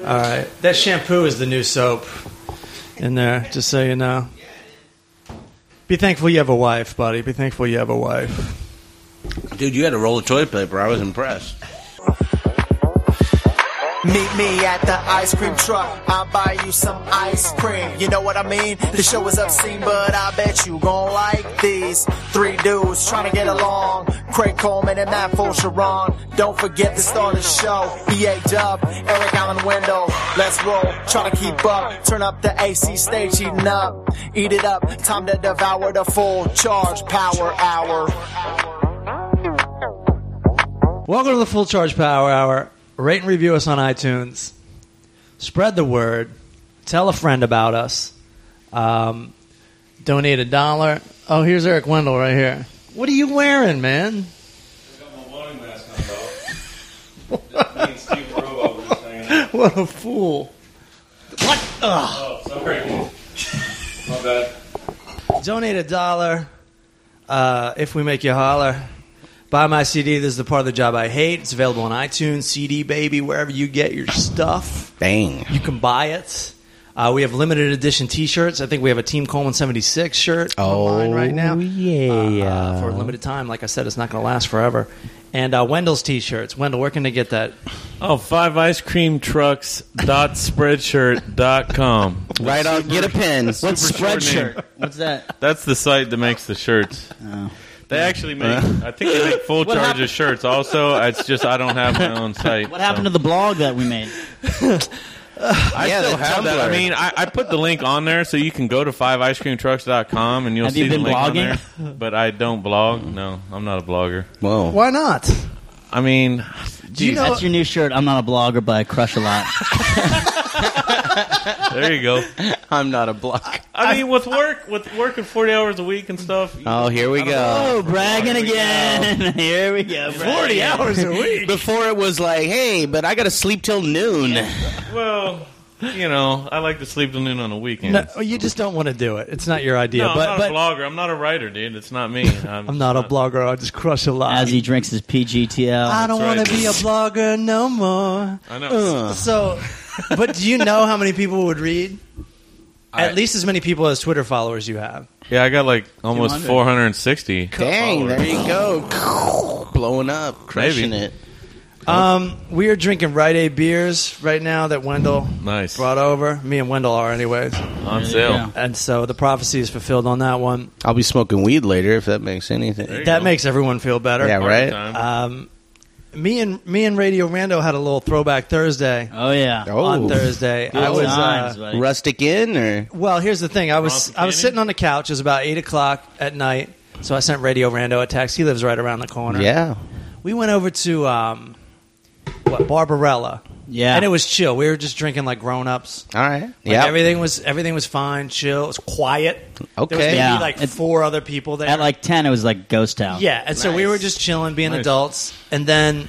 All right. That shampoo is the new soap in there, just so you know. Be thankful you have a wife, buddy. Be thankful you have a wife. Dude, you had a roll of toilet paper. I was impressed. Meet me at the ice cream truck. I'll buy you some ice cream. You know what I mean? The show is obscene, but I bet you gon' like these three dudes trying to get along. Craig Coleman and Matt Fulcheron. Don't forget to start the show. EA Dub, Eric Allen Window. Let's roll. Try to keep up. Turn up the AC stage, eating up. Eat it up. Time to devour the full charge power hour. Welcome to the Full Charge Power Hour. Rate and review us on iTunes. Spread the word. Tell a friend about us. Um, donate a dollar. Oh, here's Eric Wendell right here. What are you wearing, man? What a fool. What? Ugh. Donate a dollar uh, if we make you holler. Buy my CD. This is the part of the job I hate. It's available on iTunes, CD Baby, wherever you get your stuff. Bang. You can buy it. Uh, we have limited edition T-shirts. I think we have a Team Coleman '76 shirt online right now. yeah. uh, for a limited time. Like I said, it's not going to last forever. And uh, Wendell's T-shirts. Wendell, where can they get that? Oh, five ice cream trucks dot spreadshirt dot com. Right on. Get a pen. What's Super short name. spreadshirt? What's that? That's the site that makes the shirts. They actually make. I think they make full What charges happened- shirts. Also, it's just I don't have my own site. What happened to the blog that we made? I Yeah, still the have that. I Tumblr. mean, I, I put the link on there so you can go to fiveiceCreamTrucks.com and you'll Have see you been the link blogging? on there. But I don't blog. No, I'm not a blogger. Whoa. Why not? I mean, Do you know? That's your new shirt. I'm not a blogger, but I crush a lot. there you go. I'm not a block. I mean, with work, with working 40 hours a week and stuff. Oh, here we go. oh, bragging again. Here we go. bragging. hours a week. Before it was like, hey, but I got to sleep till noon. Well, you know, I like to sleep till noon on the weekend. No, you just don't want to do it. It's not your idea. No, but I'm not but a blogger. I'm not a writer, dude. It's not me. I'm, I'm not a blogger. I just crush a lot. As he drinks his PGTL. I don't That's want right. to be a blogger no more. I know. So, but do you know how many people would read? At I- least as many people as Twitter followers you have. Yeah, I got like almost 200. 460. Dang, there you go. Blowing up, crushing Maybe. it. Um, we are drinking Rite Aid beers right now that Wendell Nice. brought over. Me and Wendell are, anyways. On sale. Yeah. And so the prophecy is fulfilled on that one. I'll be smoking weed later if that makes There anything. you That go. makes everyone feel better. Yeah, Party right? time. Um, me and me and Radio Rando had a little throwback Thursday Oh yeah. Oh. on Thursday. Good I was times, uh, buddy. Rustic in or? Well, here's the thing. I was Bronson I was Canyon? sitting on the couch. It was about eight o'clock at night. So I sent Radio Rando a text. He lives right around the corner. Yeah. We went over to um, what Barbarella, yeah. and it was chill. We were just drinking like grown ups. All right. Like, yeah. everything was everything was fine, chill. It was quiet. There was Okay. maybe Yeah. like It's- four other people there. at like ten. It was like ghost town. yeah, and so we Nice. were just chilling, being Nice. adults, and then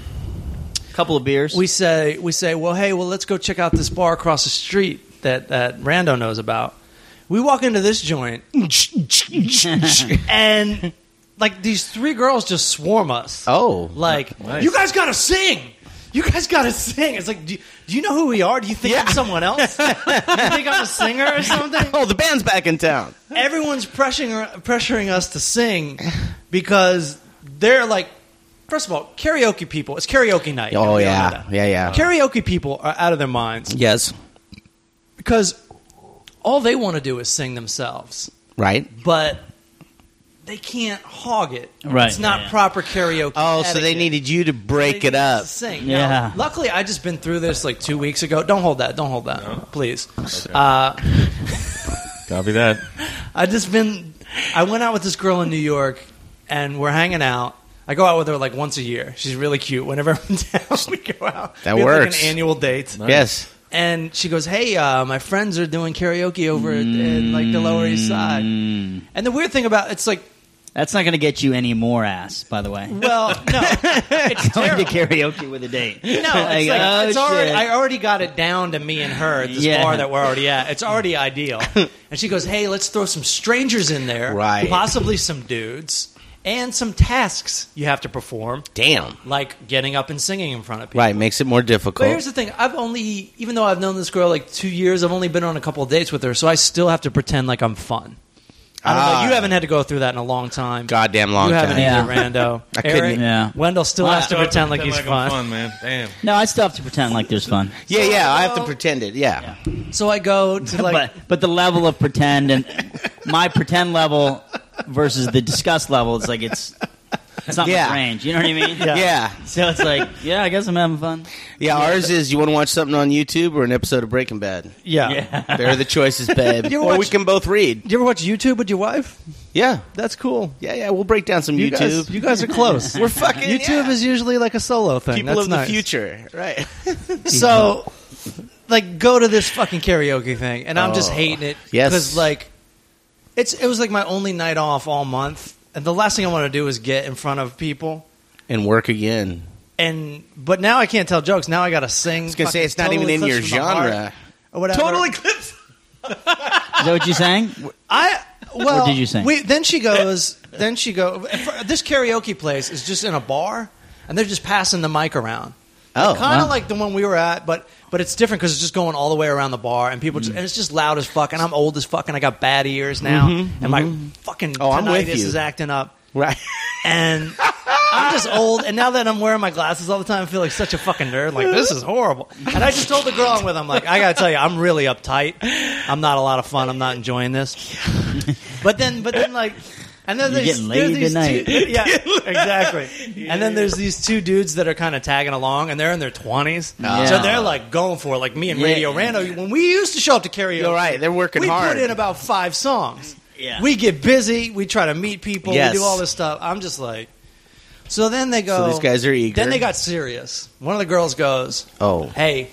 Couple of beers. we say we say, well, hey, well, let's go check out this bar across the street that that Rando knows about. We walk into this joint, and like these three girls just swarm us. Oh. like Nice. you guys gotta sing. You guys gotta sing. It's like, do you, do you know who we are? Do you think I'm someone else? do you think I'm a singer or something? Oh, the band's back in town. Everyone's pressuring pressuring us to sing because they're like, first of all, karaoke people. It's karaoke night. Oh, We all know yeah. that. Yeah, yeah. Karaoke people are out of their minds Yes. because all they want to do is sing themselves, Right. but they can't hog it. Right. It's not Yeah. proper karaoke. Oh, so they etiquette. needed you to They break need it up. to Sing. Yeah. Now, luckily, I just been through this like two weeks ago. Don't hold that. Don't hold that, please. Uh, Copy that. I just been. I went out with this girl in New York, and we're hanging out. I go out with her like once a year. She's really cute. Whenever I'm down, we go out. That we have, works. like an annual date. Yes. And she goes, "Hey, uh, my friends are doing karaoke over at, at like the Lower East Side." And the weird thing about it's like, Mm. That's not going to get you any more ass, by the way. well, no, it's Going terrible. to karaoke with a date. No, it's like, oh, it's already, shit. I already got it down to me and her at this Yeah. bar that we're already at. It's already ideal. and she goes, "Hey, let's throw some strangers in there, Right. Possibly some dudes, and some tasks you have to perform, Damn. like getting up and singing in front of people. Right, makes it more But here's difficult. the thing: I've only, even though I've known this girl like two years, I've only been on a couple of dates with her, so I still have to pretend like I'm fun. I don't Ah. know. You haven't had to go through that in a long time. Goddamn long you haven't time. Yeah. either, Rando. I Eric, couldn't- Yeah. Wendell still Wow, has to I pretend like he's I'm fun. man. Damn. No, I still have to pretend like there's fun. Yeah, yeah, I have Oh. to pretend it. Yeah. So I go to like but but the level of pretend and my pretend level versus the disgust level, it's like it's it's not Yeah. much range. You know what I mean? Yeah. Yeah. So it's like, yeah, I guess I'm having fun. ours is you want to watch something on YouTube or an episode of Breaking Bad? yeah. Yeah. There are the choices, babe. You or watch- we can both read. Do you ever watch YouTube with your wife? Yeah. That's cool. Yeah, yeah, we'll break down some You YouTube. guys, you guys are close. We're fucking YouTube yeah. is usually like a solo thing. people That's of the nice. future, right? So, like, go to this fucking karaoke thing, and I'm just Oh. hating it. Yes. because like, it's it was like my only night off all month, and the last thing I want to do is get in front of people. and work again. And but now I can't tell jokes. Now I gotta sing. I was gonna say it's not even in your genre. or whatever. Total Eclipse. Is that what you sang? I well, What did you sing? We, then she goes. Then she go. This karaoke place is just in a bar, and they're just passing the mic around. Oh, kind of wow. like the one we were at, but but it's different because it's just going all the way around the bar, and people just Mm. and it's just loud as fuck. And I'm old as fuck, and I got bad ears now, and my fucking Mm-hmm, Oh, I'm with tinnitus you. is acting up, right. and I'm just old. And now that I'm wearing my glasses all the time, I feel like such a fucking nerd. Like this is horrible. And I just told the girl I'm with, I'm like, I gotta tell you, I'm really uptight. I'm not a lot of fun. I'm not enjoying this. But then, but then, like. And then You're there's, getting there's laid these tonight. two, yeah, exactly. And then there's these two dudes that are kind of tagging along, and they're in their twenties, Yeah. so they're like going for it. Like me and Yeah. Radio Rando, when we used to show up to karaoke, You're right, they're working we hard. put in about five songs. Yeah. we get busy. We try to meet people. Yes. We do all this stuff. I'm just like, so then they go. So these guys are eager. Then they got serious. One of the girls goes, Oh. hey,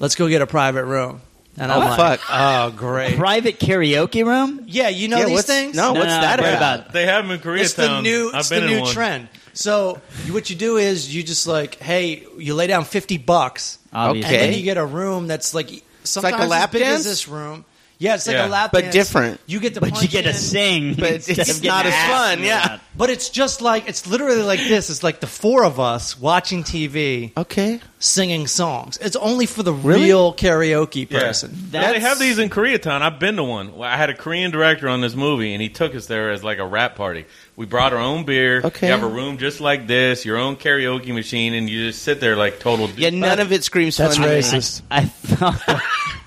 let's go get a private room." And I'm Oh, like, fuck. "Oh, great." Private karaoke room? Yeah, you know Yeah, these what's- things. no, what's that what about? They have them in Koreatown. it's the new. I've It's been the in new one. trend. So you- what you do is you just like, hey, you lay down fifty bucks, Obviously. and then Okay. you get a room that's like sometimes like a lap as big dance? as this room. Yeah, it's like Yeah. a lap But dance. different. You get to But you punch get to in. sing. But instead it's of getting not as asked fun, to do yeah. that. But it's just like it's literally like this. It's like the four of us watching TV, Okay. singing songs. It's only for the Really? real karaoke person. Yeah, they That's- have these in Koreatown. I've been to one. Well, I had a Korean director on this movie, and he took us there as like a rap party. We brought our own beer. Okay. You have a room just like this, your own karaoke machine, and you just sit there like total. d- Yeah, none of it screams That's fun. to me. racist. I thought the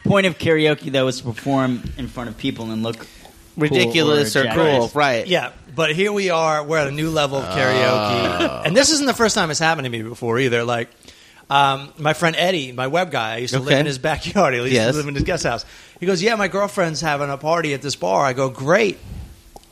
point of karaoke though is to perform in front of people and look Ridiculous cool or, cruel, jackass. right? Yeah, but here we are. We're at a new level of karaoke, Oh. and this isn't the first time it's happened to me before either. Like um, my friend Eddie, my web guy, I used to live Okay. in his backyard. He used Yes. to live in his guest house. He goes, "Yeah, my girlfriend's having a party at this bar." I go, "Great."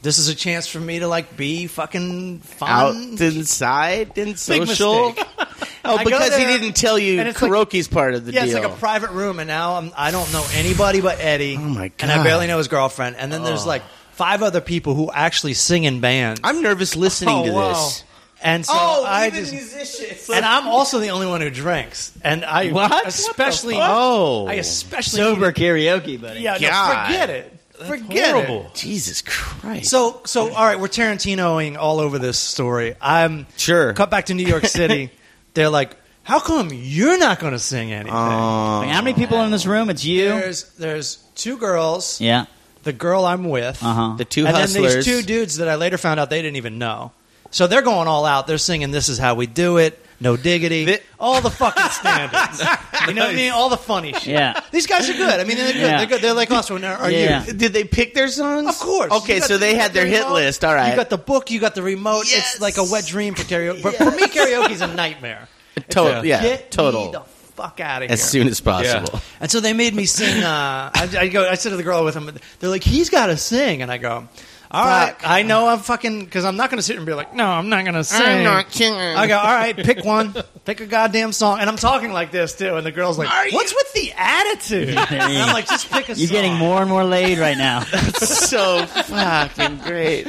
This is a chance for me to like be fucking fun. Out inside Big and social. mistake. Oh, I go because he there, didn't tell you and it's like- karaoke's part of the yeah, deal. it's like a private room, and now I'm, I don't know anybody but Eddie. Oh my And I God. Oh. barely know his girlfriend. And then there's like five other people who actually sing in bands. I'm nervous listening Oh, to wow. Oh, this. And so I just musicians. and I'm also the only one who drinks. And I What? What the especially Oh. I especially sober karaoke, buddy. Yeah, no, God. forget it. Forget horrible. Jesus Christ. it. So so all right, we're Tarantinoing all over this story. I'm Sure. cut back to New York City. They're like, how come you're not going to sing anything? Uh, Like, how many people are in this room? It's you. there's there's two girls, yeah. the girl I'm with, Uh huh. the Uh-huh. two and then these hustlers. two dudes that I later found out they didn't even know. So they're going all out. They're singing "This is how we do it." No diggity. Thi- all the fucking standards. You know what I mean? All the funny shit. Yeah. These guys are good. I mean, they're good. Yeah. They're good. They're like us. When are are Yeah. you? Did they pick their songs? Of course. Okay, You got so the- they you got had the their hit remote. list. All right. You got the book. You got the remote. Yes. It's like a wet dream for karaoke. But for me, karaoke's a nightmare. total. Oh, Yeah, Get Me total. the fuck out of here. as soon as possible. And so they made me sing. Uh, I, I go. I said to the girl with him, they're like, "He's got to sing," and I go, "All right, I know I'm fucking because I'm not going to sit and be like, no, I'm not going to sing. I'm not singing." I go, "All right, pick one, pick a goddamn song," and I'm talking like this too, and the girl's like, "What's with the attitude?" and I'm like, "Just pick a." You're song." getting more and more laid right now. so fucking great.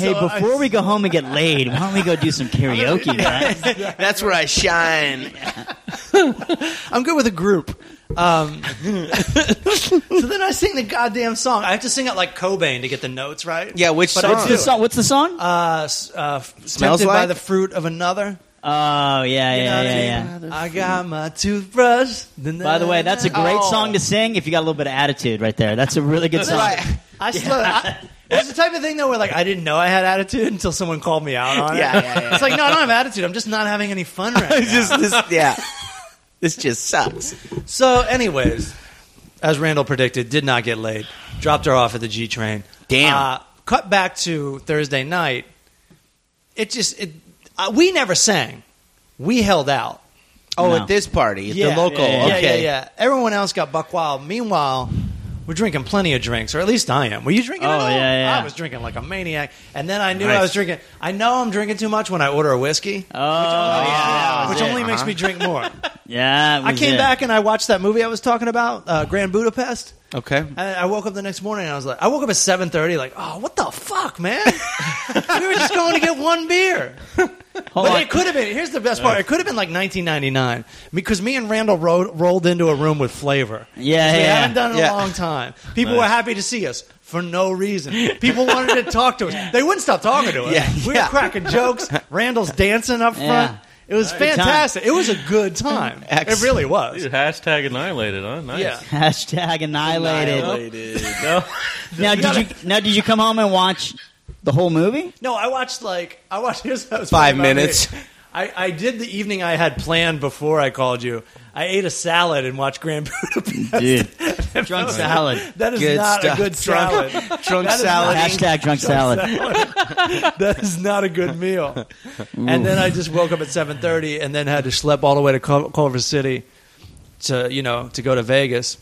hey, before we go home and get laid, why don't we go do some karaoke, man? That's where I shine. I'm good with a group. Um, so then I sing the goddamn song. I have to sing it like Cobain to get the notes right. Yeah, which But I song? do The it. song, what's the song? Uh, s- uh, Smells tempted by like? the fruit of another. oh yeah, yeah, know, yeah, Jay, yeah. I got my toothbrush. By the way, that's a great Oh. song to sing if you got a little bit of attitude right there. That's a really good song. Right. I slow. I, it's the type of thing though where like I didn't know I had attitude until someone called me out on it. Yeah, yeah, yeah. It's like no, I don't have attitude. I'm just not having any fun right now. It's just this, yeah. This just sucks. So, anyways, as Randall predicted, did not get laid. Dropped her off at the G train. Damn. Uh, cut back to Thursday night. It just it. Uh, we never sang. We held out. Oh, No. at this party, at the local. yeah, yeah, okay. Yeah, yeah, yeah. Everyone else got buck wild. Meanwhile, we're drinking plenty of drinks, or at least I am. Were you drinking? at Oh, all? yeah, yeah. I was drinking like a maniac, and then I knew I Nice. was drinking. I know I'm drinking too much when I order a whiskey, Oh yeah, that was which it. only makes Uh-huh. me drink more. yeah. that I was came it. back and I watched that movie I was talking about, uh, Grand Budapest. Okay. I, I woke up the next morning and I was like, I woke up at seven thirty, like, oh, what the fuck, man? we were just going to get one beer, Hold but on. it could have been. Here's the best part: it could have been like 1999 because me and Randall rode, rolled into a room with flavor. Yeah, we yeah, haven't done it in yeah. a long time. People Nice. were happy to see us for no reason. People wanted to talk to us. They wouldn't stop talking to us. Yeah, we yeah. were cracking jokes. Randall's dancing up Yeah. front. It was Good time. fantastic. It was a good time. Excellent. It really was. Dude, hashtag annihilated, huh? Nice. Yeah. Hashtag annihilated. No? Now did you now did you come home and watch the whole movie? No, I watched like I watched. Here's what was Five funny about minutes. me. I, I did the evening I had planned before I called you. I ate a salad and watched Grand Budapest. Dude, drunk salad. That is Good not stuff. a good Drunk- salad. Drunk That is salad. Hashtag drunk salad. that is not a good meal. And then I just woke up at seven thirty, and then had to schlep all the way to Cul- Culver City to you know to go to Vegas.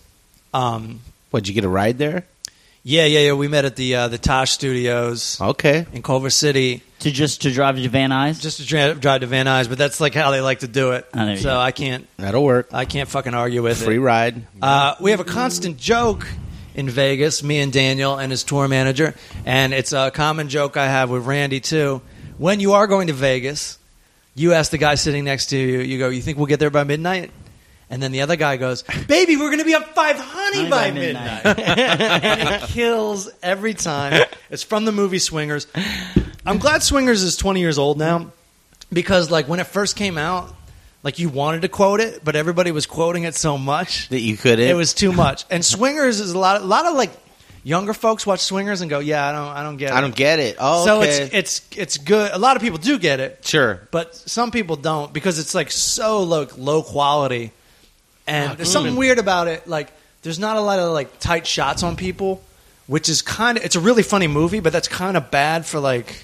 Um, What'd you get a ride there? yeah, yeah, yeah. We met at the uh, the Tosh Studios Okay. in Culver City. To just to drive to Van Nuys. just to dri- drive to Van Nuys, but that's like how they like to do it. Oh, there you so go. I can't, That'll work. I can't fucking argue with Free it. ride. Uh, we have a constant joke in Vegas, me and Daniel and his tour manager, and it's a common joke I have with Randy too. When you are going to Vegas, you ask the guy sitting next to you, you go, "You think we'll get there by midnight?" And then the other guy goes, "Baby, we're going to be up five honey by, midnight." and it kills every time. It's from the movie Swingers. I'm glad Swingers is 20 years old now because, like, when it first came out, like you wanted to quote it, but everybody was quoting it so much That you couldn't. it was too much. And Swingers is a lot, a lot of like younger folks watch Swingers and go, "Yeah, I don't, I don't get it." I don't get it. Oh, so okay. it's it's it's good. A lot of people do get it, sure. but some people don't because it's like so low low quality, and Ah, there's something weird about it. Like there's not a lot of like tight shots on people, which is kind of it's a really funny movie, but that's kind of bad for like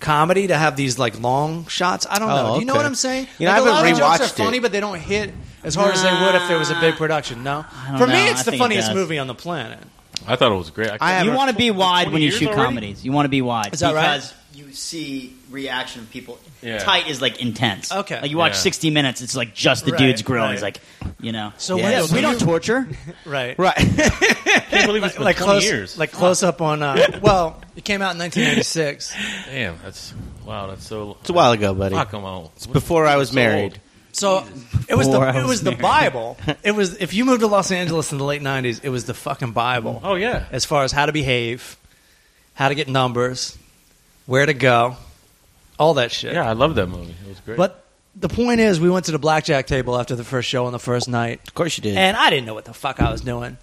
comedy to have these like long shots. I don't Oh, know. Do you know okay. what I'm saying? You know, like, I a lot of haven't the jokes rewatched are funny, it. but they don't hit as hard as they would if there was a big production. No, don't for know. me, I it's the think it funniest does. movie on the planet. I thought it was great. I you haven't- want to be wide 20 when you years shoot already? comedies. You want to be wide Is that right? because you see reaction of people. Yeah. Tight is like intense. Okay. like you watch Yeah. 60 minutes, it's like just the Right, dude's grill. right. He's like, you know. So Yeah, Wendell, we can don't you- torture. Right. Right. can't believe it's been Like 20 close, years. like close up on. Uh, well, it came out in 1996. Damn, that's wow. That's so. it's a while ago, buddy. Fuck, I'm old. Before I was So married. old. So it was the Before I it was was the married. Bible. It was if you moved to Los Angeles in the late '90s, it was the fucking Bible. Oh yeah. As far as how to behave, how to get numbers, where to go, all that shit. Yeah, I love that movie. It was great. But the point is, we went to the blackjack table after the first show on the first night, Of course you did. and I didn't know what the fuck I was doing.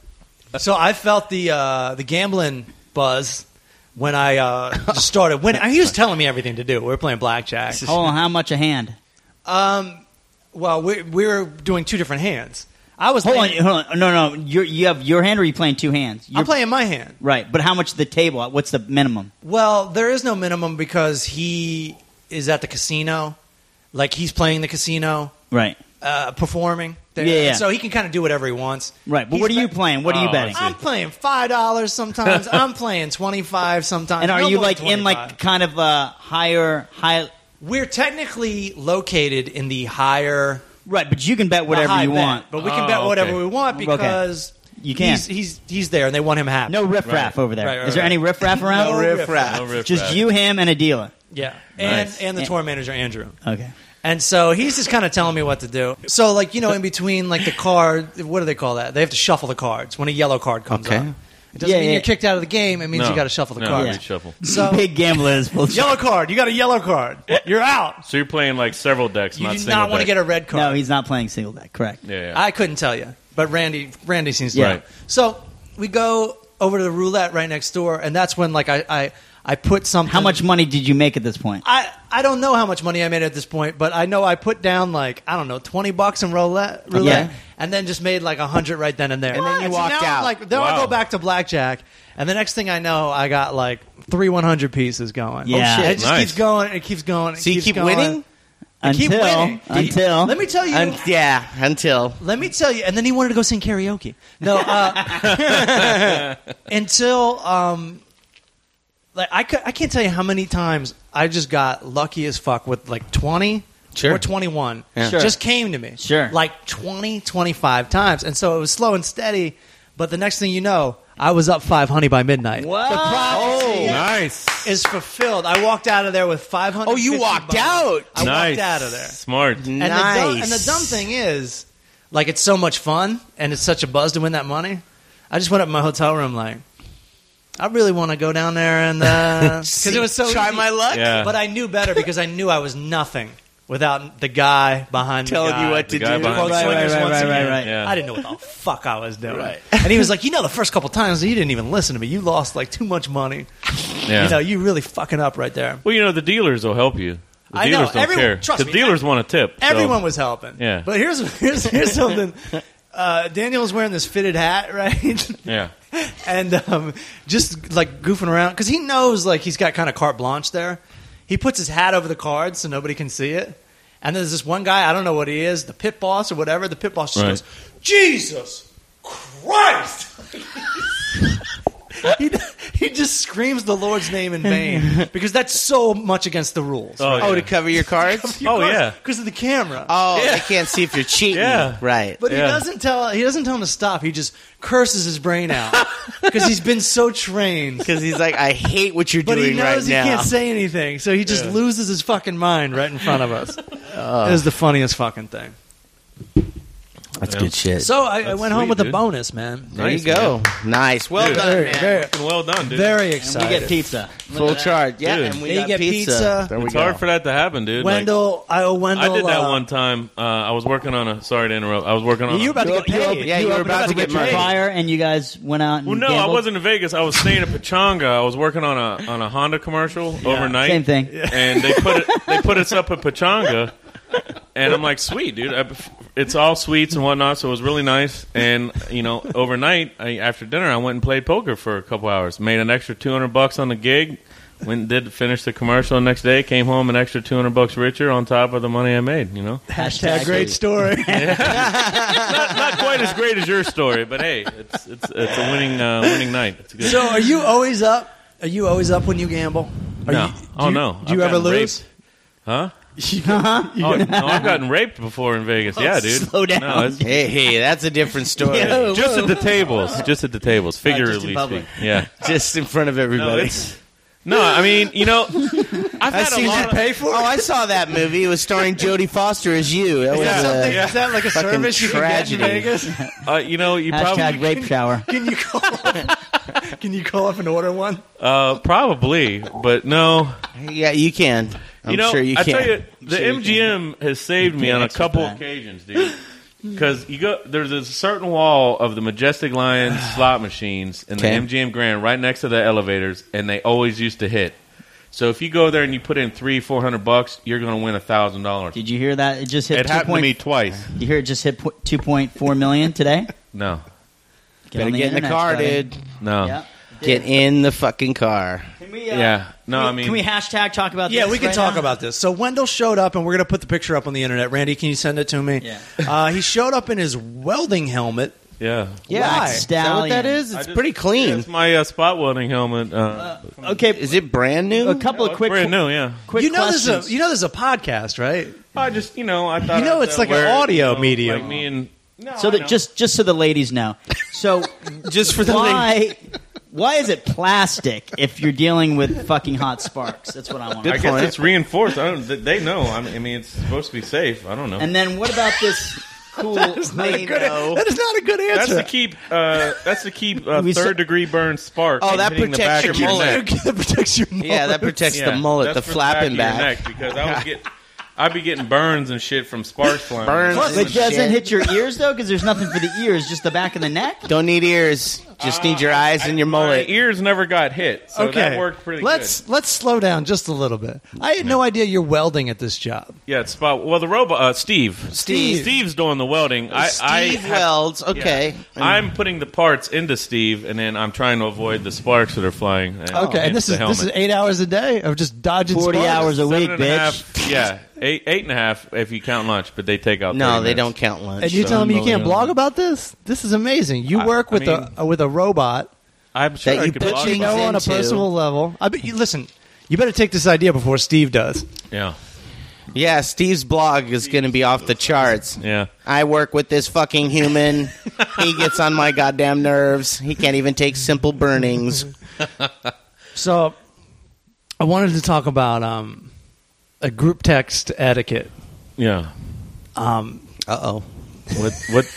So I felt the uh, the gambling buzz when I uh, started winning. He was telling me everything to do. We were playing blackjack. Hold on, how much a hand? Um, well, we, we were doing two different hands. I was Hold on, thinking- hold on. No, no. You're, you have your hand, or are you playing two hands? You're, I'm playing my hand. Right, but how much the table? What's the minimum? Well, there is no minimum because he is at the casino. Like he's playing the casino, Right, uh, performing. there. Yeah, yeah. So he can kind of do whatever he wants. right. But He's what are you ba- playing? What are Oh, you betting? I see. I'm playing five dollars sometimes. I'm playing twenty five sometimes. And are No you more like than in 25. like kind of uh, higher high? We're technically located in the higher Right, but you can bet the whatever high you bet, want. but we Oh, can bet whatever okay. we want Okay. because You can. He's, he's he's there, and they want him happy. No riffraff over there. Is Right, right, there right. any riffraff around? No riffraff. No riff Just raff. you, him, and a dealer. Yeah, Nice. and and the And- tour manager Andrew. Okay. And so he's just kind of telling me what to do. So, like, you know, in between, like, the card, what do they call that? They have to shuffle the cards when a yellow card comes Okay. up. It doesn't Yeah, mean yeah. you're kicked out of the game. It means No. you got to shuffle the No, cards. we shuffle. So, Big gambler is bullshit. yellow card. You got a yellow card. You're out. So you're playing like several decks, You not do single not want to deck. get a red card. No, he's not playing single deck. Correct. Yeah, yeah. I couldn't tell you, but Randy, Randy seems to Yeah. know. So we go over to the roulette right next door, and that's when like I, I, I put something. How much money did you make at this point? I, I don't know how much money I made at this point, but I know I put down like I don't know twenty bucks in roulette, roulette Yeah. and then just made like a hundred right then and there. And then you So walked now I'm out. like then I Wow. go back to blackjack, and the next thing I know, I got like three one hundred pieces going. Yeah. Oh, shit. it just Nice. keeps going. It keeps going. It So you keeps keep going. winning? I keep Until- winning. until- let me tell you Un- yeah, until let me tell you. And then he wanted to go sing karaoke. No, uh, until um, like I, cou- I can't tell you how many times I just got lucky as fuck with like twenty Sure. or twenty one. Yeah. Sure. Just came to me. Sure. like 20, 25 times, and so it was slow and steady. But the next thing you know, I was up five hundred by midnight. What? The prophecy nice, is fulfilled. I walked out of there with five hundred. Oh, you walked out. I nice, walked out of there. Smart. And, nice. the dumb, and the dumb thing is, like, it's so much fun and it's such a buzz to win that money. I just went up in my hotel room, like, I really want to go down there and because it was so try easy. my luck. Yeah. But I knew better because I knew I was nothing without the guy behind me. Telling you what to The guy do. behind- Right, Right, right, right, once right, again. right, right. Yeah. I didn't know what the fuck I was doing. Right. And he was like, you know, the first couple times you didn't even listen to me. You lost like too much money. Yeah. You know, you really fucking up right there. well, you know the dealers will help you. The I know, dealers don't everyone- care. trust the me, dealers want a tip. so- Everyone was helping. Yeah. But here's here's here's something. Uh, Daniel's wearing this fitted hat, right? Yeah. and um, just like goofing around because he knows like he's got kind of carte blanche there. He puts his hat over the cards so nobody can see it. And there's this one guy I don't know what he is, the pit boss or whatever. The pit boss just Right. goes, "Jesus Christ!" he, he just screams the Lord's name in vain because that's so much against the rules. Oh, Oh, yeah. to cover your cards. Oh, yeah. because of the camera. Oh, they can't see if you're cheating. Yeah. Right. But Yeah. he doesn't tell he doesn't tell him to stop. He just curses his brain out because he's been so trained. Because he's like, I hate what you're But doing he knows right he now. can't say anything, so he just loses his fucking mind right in front of us. it was the funniest fucking thing. That's good shit. So I, I That's went home sweet, with a dude. bonus, man. there Nice, you go. Nice. Well Dude. done, Very, man. very, Fucking well done, dude. very We excited. get pizza. Full charge. Yeah, Dude. and we They got get pizza. There we It's go. hard for that to happen, dude. Like, Wendell, I owe I Wendell. did that uh, one time. Uh, I was working on a. Sorry to interrupt. I was working on. You were about a, to get You paid. opened- yeah, you were about to get Richard paid. Pryor and you guys went out and well, no, I gambled? wasn't in Vegas. I was staying in Pachanga. I was working on a on a Honda commercial overnight. Same thing. And they put it, they put us up at Pachanga, and I'm like, sweet, dude. I, it's all sweets and whatnot, so it was really nice. And you know, overnight I, after dinner, I went and played poker for a couple hours. Made an extra 200 bucks on the gig. Went and did finish the commercial the next day. Came home an extra 200 bucks richer on top of the money I made. You know. That great story. not, not quite as great as your story, but hey, it's it's, it's a winning uh, winning night. It's good. so are you always up? Are you always up when you gamble? Are No. You, do Oh, you- no. Do you I've ever gotten lose? huh? Oh, no, I've gotten raped before in Vegas. Yeah, dude. Oh, slow down. No, it's- Hey, hey, that's a different story. Yo. just at the tables. Just at the tables. Oh, just Figuratively in public. speaking. Yeah. Just in front of No, everybody. it's, no, I mean, you know, I've I had a seen lot that of. pay for. Oh, I saw that movie. It was starring Jodie Foster as you. That was that uh, something- Yeah. Is that like a Fucking service you tragedy. can get in Vegas? Uh, you know, you Hashtag probably rape shower. Can you call? can you call up and order one? uh, probably, but no. Yeah, you can. I'm you know, sure you I can. tell you, the sure you MGM has saved me can't on a exercise couple that. occasions, dude. Because you go, there's a certain wall of the Majestic Lion slot machines in Okay. the MGM Grand, right next to the elevators, and they always used to hit. So if you go there and you put in three, four hundred bucks, you're going to win a thousand dollars. Did you hear that? It just hit. It 2 happened point, to me twice. You hear it just hit po- 2.4 million today? No, Get better on get in the internet, car, buddy. dude. no, Yeah. Get in the fucking car. Can we, yeah, no. I mean, can we hashtag talk about Yeah, this we can right talk now? about this. So Wendell showed up, and we're going to put the picture up on the internet. Randy, can you send it to me? Yeah. Uh, he showed up in his welding helmet. yeah. Yeah. Why? Black Is Is that what Stallion. that is? I It's just- pretty Yeah, clean. it's my uh, spot welding helmet. Uh, Okay, Is it brand new? a couple of it's quick, brand new. Yeah, quick you know questions. there's a you know there's a podcast, right? I just you know I thought You know I'd, it's uh, like an wear it, audio you know, medium. Like me and no, so I that know. just just so the ladies know. So Just for the why Why is it plastic if you're dealing with fucking hot sparks? That's what I want. I to know. guess it's reinforced. I don't. th- They know. I mean, I mean, it's supposed to be safe. I don't know. And then what about this cool? Not a they good- know. that is not a good that's answer. to keep. Uh, that's to keep uh, We third said- degree burn spark. Oh, from that hitting the protects back your of your mullet. neck. that protects your mullet. Yeah, that protects the Yeah, mullet, the that's for back flapping of back. your neck because I was get, I'd be getting burns and shit from sparks flying. Burns. But it Shit. doesn't hit your ears though, because there's nothing for the ears, just the back of the neck. Don't need ears. Just need Uh, your eyes and your My mullet. ears never got hit, so okay, that worked pretty let's good. let's slow down just a little bit. I had no idea you're welding at this job. Yeah, it's about well the robot uh, Steve. Steve. Steve's doing the welding. I, I Steve have- Wells. yeah. Okay. I'm putting the parts into Steve, and then I'm trying to avoid the sparks that are flying. Okay, and this is this is eight hours a day of just dodging Forty sparks? hours a week, bitch. yeah, eight eight and a half if you count lunch, but they take out. No, 30 they minutes. don't count lunch. And you so telling me you can't unbelievable. blog about this? This is amazing. You I- work I with mean- a uh, with a robot I'm sure that I you could put blog that you things know about on a into- personal level. I bet you listen. You better take this idea before Steve does. it. Yeah, Yeah, Steve's blog is going to be off the charts. yeah. I work with this fucking human. he gets on my goddamn nerves. He can't even take simple burnings. So, I wanted to talk about um, a group text etiquette. Yeah. Um, Uh oh. What? What?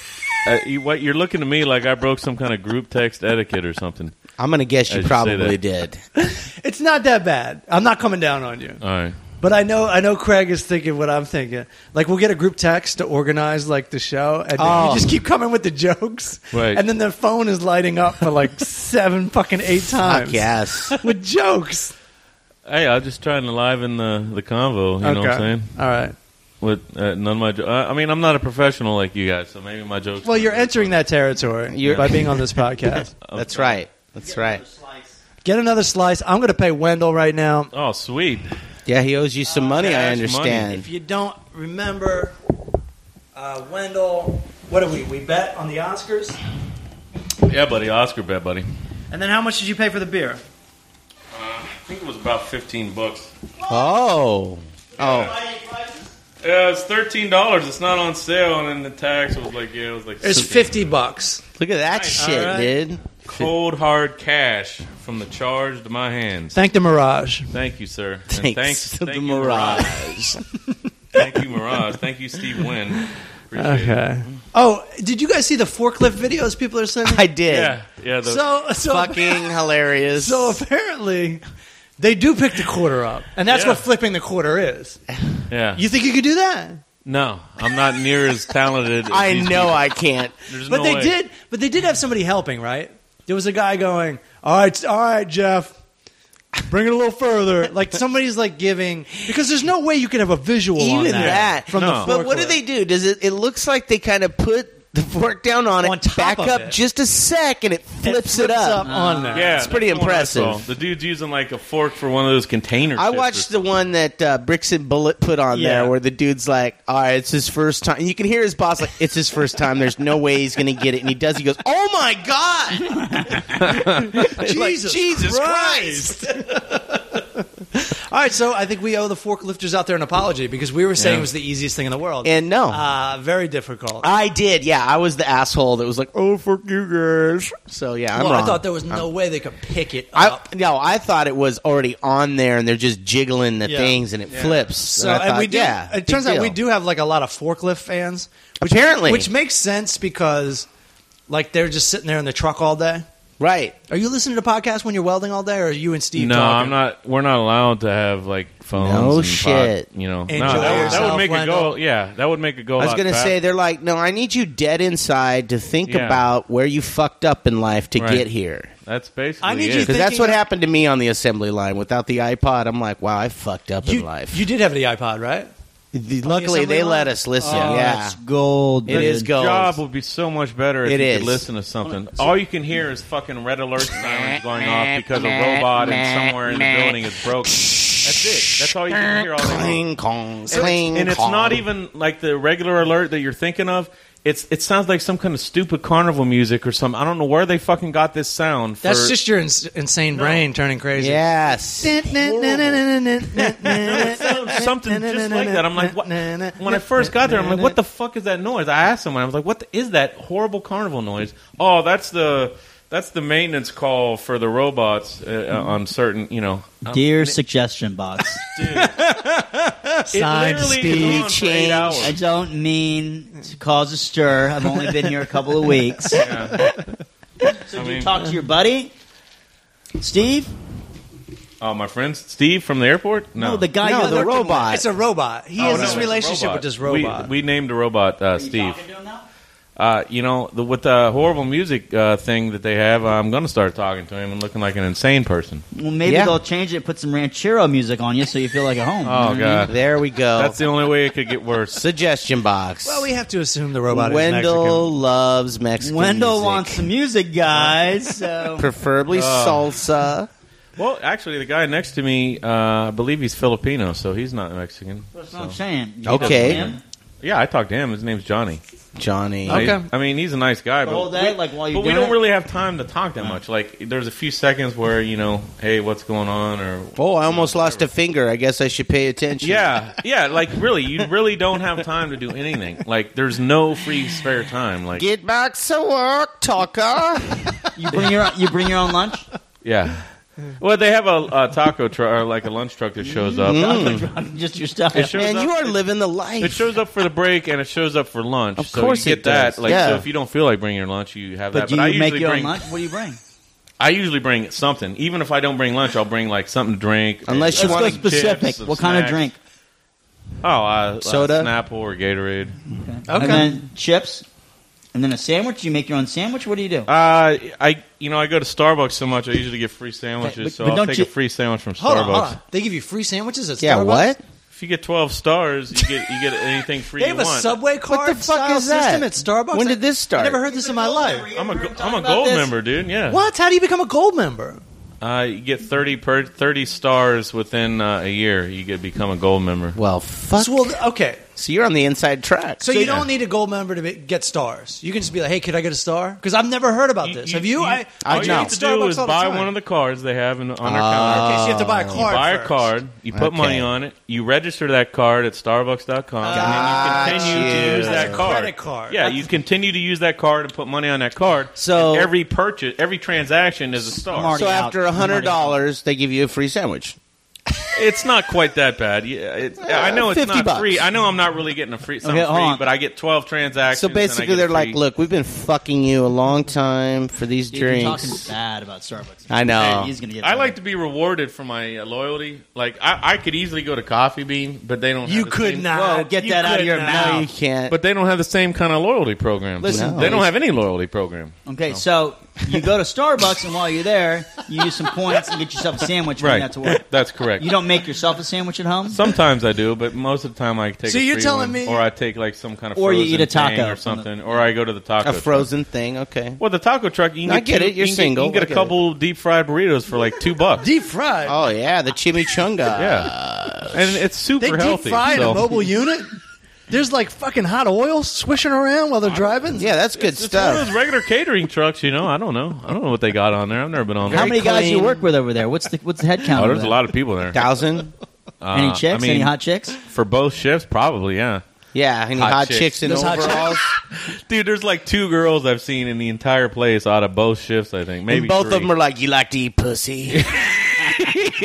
uh, you, what? You're looking at me like I broke some kind of group text etiquette or something. I'm going to guess I you should say probably that. did. it's not that bad. I'm not coming down on you. All right. But I know I know Craig is thinking what I'm thinking. Like we'll get a group text to organize like the show, and then you Oh. just keep coming with the jokes, Right. and then the phone is lighting up for like seven fucking eight times, Fuck yes. with jokes. Hey, I'm just trying to liven the the convo. You know what I'm saying? all right. With uh, none of my, jo- I I mean, I'm not a professional like you guys, so maybe my jokes. Well, you're entering that territory You're- by being on this podcast. That's right. That's right. Get another slice. I'm going to pay Wendell right now. Oh, sweet. Yeah, he owes you some money, I cash understand. you don't remember, uh, Wendell, what do we? We bet on the Oscars, Yeah, buddy. Oscar bet, buddy. and then how much did you pay for the beer? Uh, I think it was about 15 bucks. Oh. Oh. Yeah, it's thirteen dollars. It's not on sale, and then the tax was like, yeah, it was like It's fifty bucks. Look at that shit, All right. dude. cold hard cash from the charge to my hands. Thank the Mirage. Thank you, sir. And Thanks, to thank the you, Mirage. Thank you, Mirage. Thank you, Steve Wynn. Appreciate Uh, it. Okay. Oh, did you guys see the forklift videos people are sending? I did. Yeah, yeah. The, so, so Fucking hilarious. So apparently, they do pick the quarter up, and that's Yeah. what flipping the quarter is. yeah. You think you could do that? no, I'm not near as talented. As I these know people. I can't. There's But no they way. did. But they did have somebody helping, right? There was a guy going, "All right, all right, Jeff." Bring it a little further. Like somebody's like giving because there's no way you could have a visual on Even that, that. from No. the But what do forklift. they do? Does it? It looks like they kind of put the fork down on it, On top back of up it. just a sec, and it flips it, up. on there. Yeah, It's pretty that's the one I saw. impressive. The dude's using like a fork for one of those containers. I watched the one that uh, Bricks and Bullet put on Yeah. there, where the dude's like, "All right, it's his first time." And you can hear his boss like, "It's his first time. There's no way he's gonna get it." And he does. He goes, "Oh my god, It's like, Jesus Jesus Christ." Christ!" All right, so I think we owe the forklifters out there an apology because we were saying Yeah. it was the easiest thing in the world, And no. uh, very difficult. I did. Yeah, I was the asshole that was like, "Oh fuck you guys." So yeah, I'm well, wrong. I thought there was no way they could pick it I, up. no, I thought it was already on there, and they're just jiggling the Yeah. things, and it flips. So I and thought, we do. yeah, it big turns out deal. we do have like a lot of forklift fans, which, Apparently. which makes sense because like they're just sitting there in the truck all day. Right. Are you listening to podcasts when you're welding all day, or are you and Steve? No, talking? I'm not. We're not allowed to have like phones. No and shit. Pod, you know, Enjoy no, that, would- that yourself, would make a Wendell. goal. Yeah, that would make a goal. I was going gonna to say they're like, no, I need you dead inside to think Yeah. about where you fucked up in life to Right. get here. that's basically. I need it. you Because that's Thinking what of- happened to me on the assembly line. Without the iPod, I'm like, wow, I fucked up You, in life. you did have the iPod, right? The- Luckily, assembly they line? let us listen. Oh, yeah, that's gold. it is dude. gold. job would be so much better if It you is. could listen to something. All you can hear is fucking red alert sirens going off because a robot in somewhere in the building is broken. That's it. That's all you can hear all day long. Cling cong, And it's- cling and it's cong. not even like the regular alert that you're thinking of. It's it sounds like some kind of stupid carnival music or something. I don't know where they fucking got this sound. For, That's just your ins- insane brain turning crazy. Yes. something just like that. I'm like, what? When I first got there, I'm like, what the fuck is that noise? I asked someone, I was like, what the, is that horrible carnival noise? Oh, that's the that's the maintenance call for the robots uh, uh, on certain, you know. Dear suggestion box. Signed literally Steve. is on for eight hours. I don't mean to cause a stir. I've only been here a couple of weeks. So I do you mean- talk to your buddy, Steve? Oh, my friend Steve from the airport? No, No, Oh, the guy. No, you're the looking robot. It's a robot. He Oh, has no, this it's a relationship with this robot. We, we named a robot uh, at. Steve. Uh, you know, the, with the horrible music uh, thing that they have, I'm going to start talking to him and looking like an insane person. Well, maybe Yeah. they'll change it, put some ranchero music on you, so you feel like at home. Oh god, Uh, There we go. that's the only way it could get worse. Suggestion box. well, we have to assume the robot Wendell is loves Mexican. Wendell music. wants some music, guys. So preferably salsa. well, actually, the guy next to me, uh, I believe he's Filipino, so he's not Mexican. that's what I'm saying. You Okay. talk to him Yeah, I talked to him. His name's Johnny. Johnny. Okay. I, I mean, he's a nice guy, The but whole day, like while you're but we doing don't it? really have time to talk that much. Like, there's a few seconds where you know, hey, what's going on, or Oh, I almost lost a finger. I guess I should pay attention. yeah, yeah. Like, really, you really don't have time to do anything. Like, there's no free spare time. Like, Get back to work, Tucker. You bring your you bring your own lunch. yeah. Well, they have a, a taco truck or like a lunch truck that shows up. Mm-hmm. Hmm. Just your stuff. It shows Man, up- you are living the life. It shows up for the break and it shows up for lunch. Of so course you it get that. does. Like Yeah. so, if you don't feel like bringing your lunch, you have that. But do but I you make usually your own bring. lunch? What do you bring? I usually bring something. Even if I don't bring lunch, I'll bring like something to drink. and- Unless you Let's go want chips, specific. some What kind of snacks. drink? oh, uh, Soda? uh, Snapple, or Gatorade. And then chips, and then a sandwich. You make your own sandwich. What do you do? Uh, I you know I go to Starbucks so much. I usually get free sandwiches, But- so but I'll don't take you- a free sandwich from Starbucks. Hold on, hold on. They give you free sandwiches at Yeah, Starbucks? what? If you get twelve stars, you get you get anything free. They you have a want. subway card What the fuck style is that? system at Starbucks? When did this I start? never heard this in my life. I'm a go- I'm a gold member, dude. Yeah. What? How do you become a gold member? Uh, you get thirty per thirty stars within uh, a year. You get become a gold member. Well, fuck. So, well, okay. So you're on the inside track. So, you don't need a gold member to be, get stars. You can just be like, "Hey, could I get a star?" Because I've never heard about this. have you? I, all I you eat have to do Starbucks is all the buy time. one of the cards they have in, on their Okay, counter. so you have to buy a Ah, card. You buy a first. card. You put Okay. money on it. You register that card at Starbucks.com, and then you continue Got to you. use that That's a card. credit card. Yeah, you continue to use that card and put money on that card. So- And every purchase, every transaction is a star. Smart. So Already out. after a hundred dollars, they give you a free sandwich. It's not quite that bad. Yeah, it, I know it's 50 not bucks. free. I know I'm not really getting a free something Okay, hold free, on. but I get 12 transactions. So and I get basically, a they're like, free- "Look, we've been fucking you a long time for these Dude, You're talking drinks." bad about Starbucks. I know. Hey, he's gonna get. I like to be rewarded for my uh, loyalty. Like I, I could easily go to Coffee Bean, but they don't. You have the could same- not Whoa, get You that out of could your not. mouth. No, you can't. But they don't have the same kind of loyalty program. Listen, they don't have any loyalty program. Okay, so you go to Starbucks, and while you're there, you use some points and get yourself a sandwich. Right. Bring that to work. That's correct. You don't make yourself a sandwich at home. Sometimes I do, but most of the time I take. So a you're free telling one, me- or I take like some kind of Or you frozen eat a taco thing or from the- something, or I go to the taco. a truck. frozen thing. Okay. Well, the taco truck. You can I get, get two- it, you're you can get- single, you can I get get a it. couple deep fried burritos for like two bucks. Deep fried. Oh yeah, the chimichanga. Yeah, and it's super they deep healthy. fried so- a mobile unit. There's like fucking hot oil swishing around while they're driving. yeah, that's good It's one of stuff. those regular catering trucks, you know. I don't know. I don't know what they got on there. I've never been on. How there. many guys you clean. work with over there? What's the what's the head count? Oh, over there's a there? lot of people there. Thousand. Uh, Any chicks? I mean, Any hot chicks? for both shifts? Probably, yeah. Yeah, any Hot hot, chicks. chicks. in Those hot overalls. Dude, there's like two girls I've seen in the entire place out of both shifts. I think maybe and both three. of them are like, "You like to eat pussy."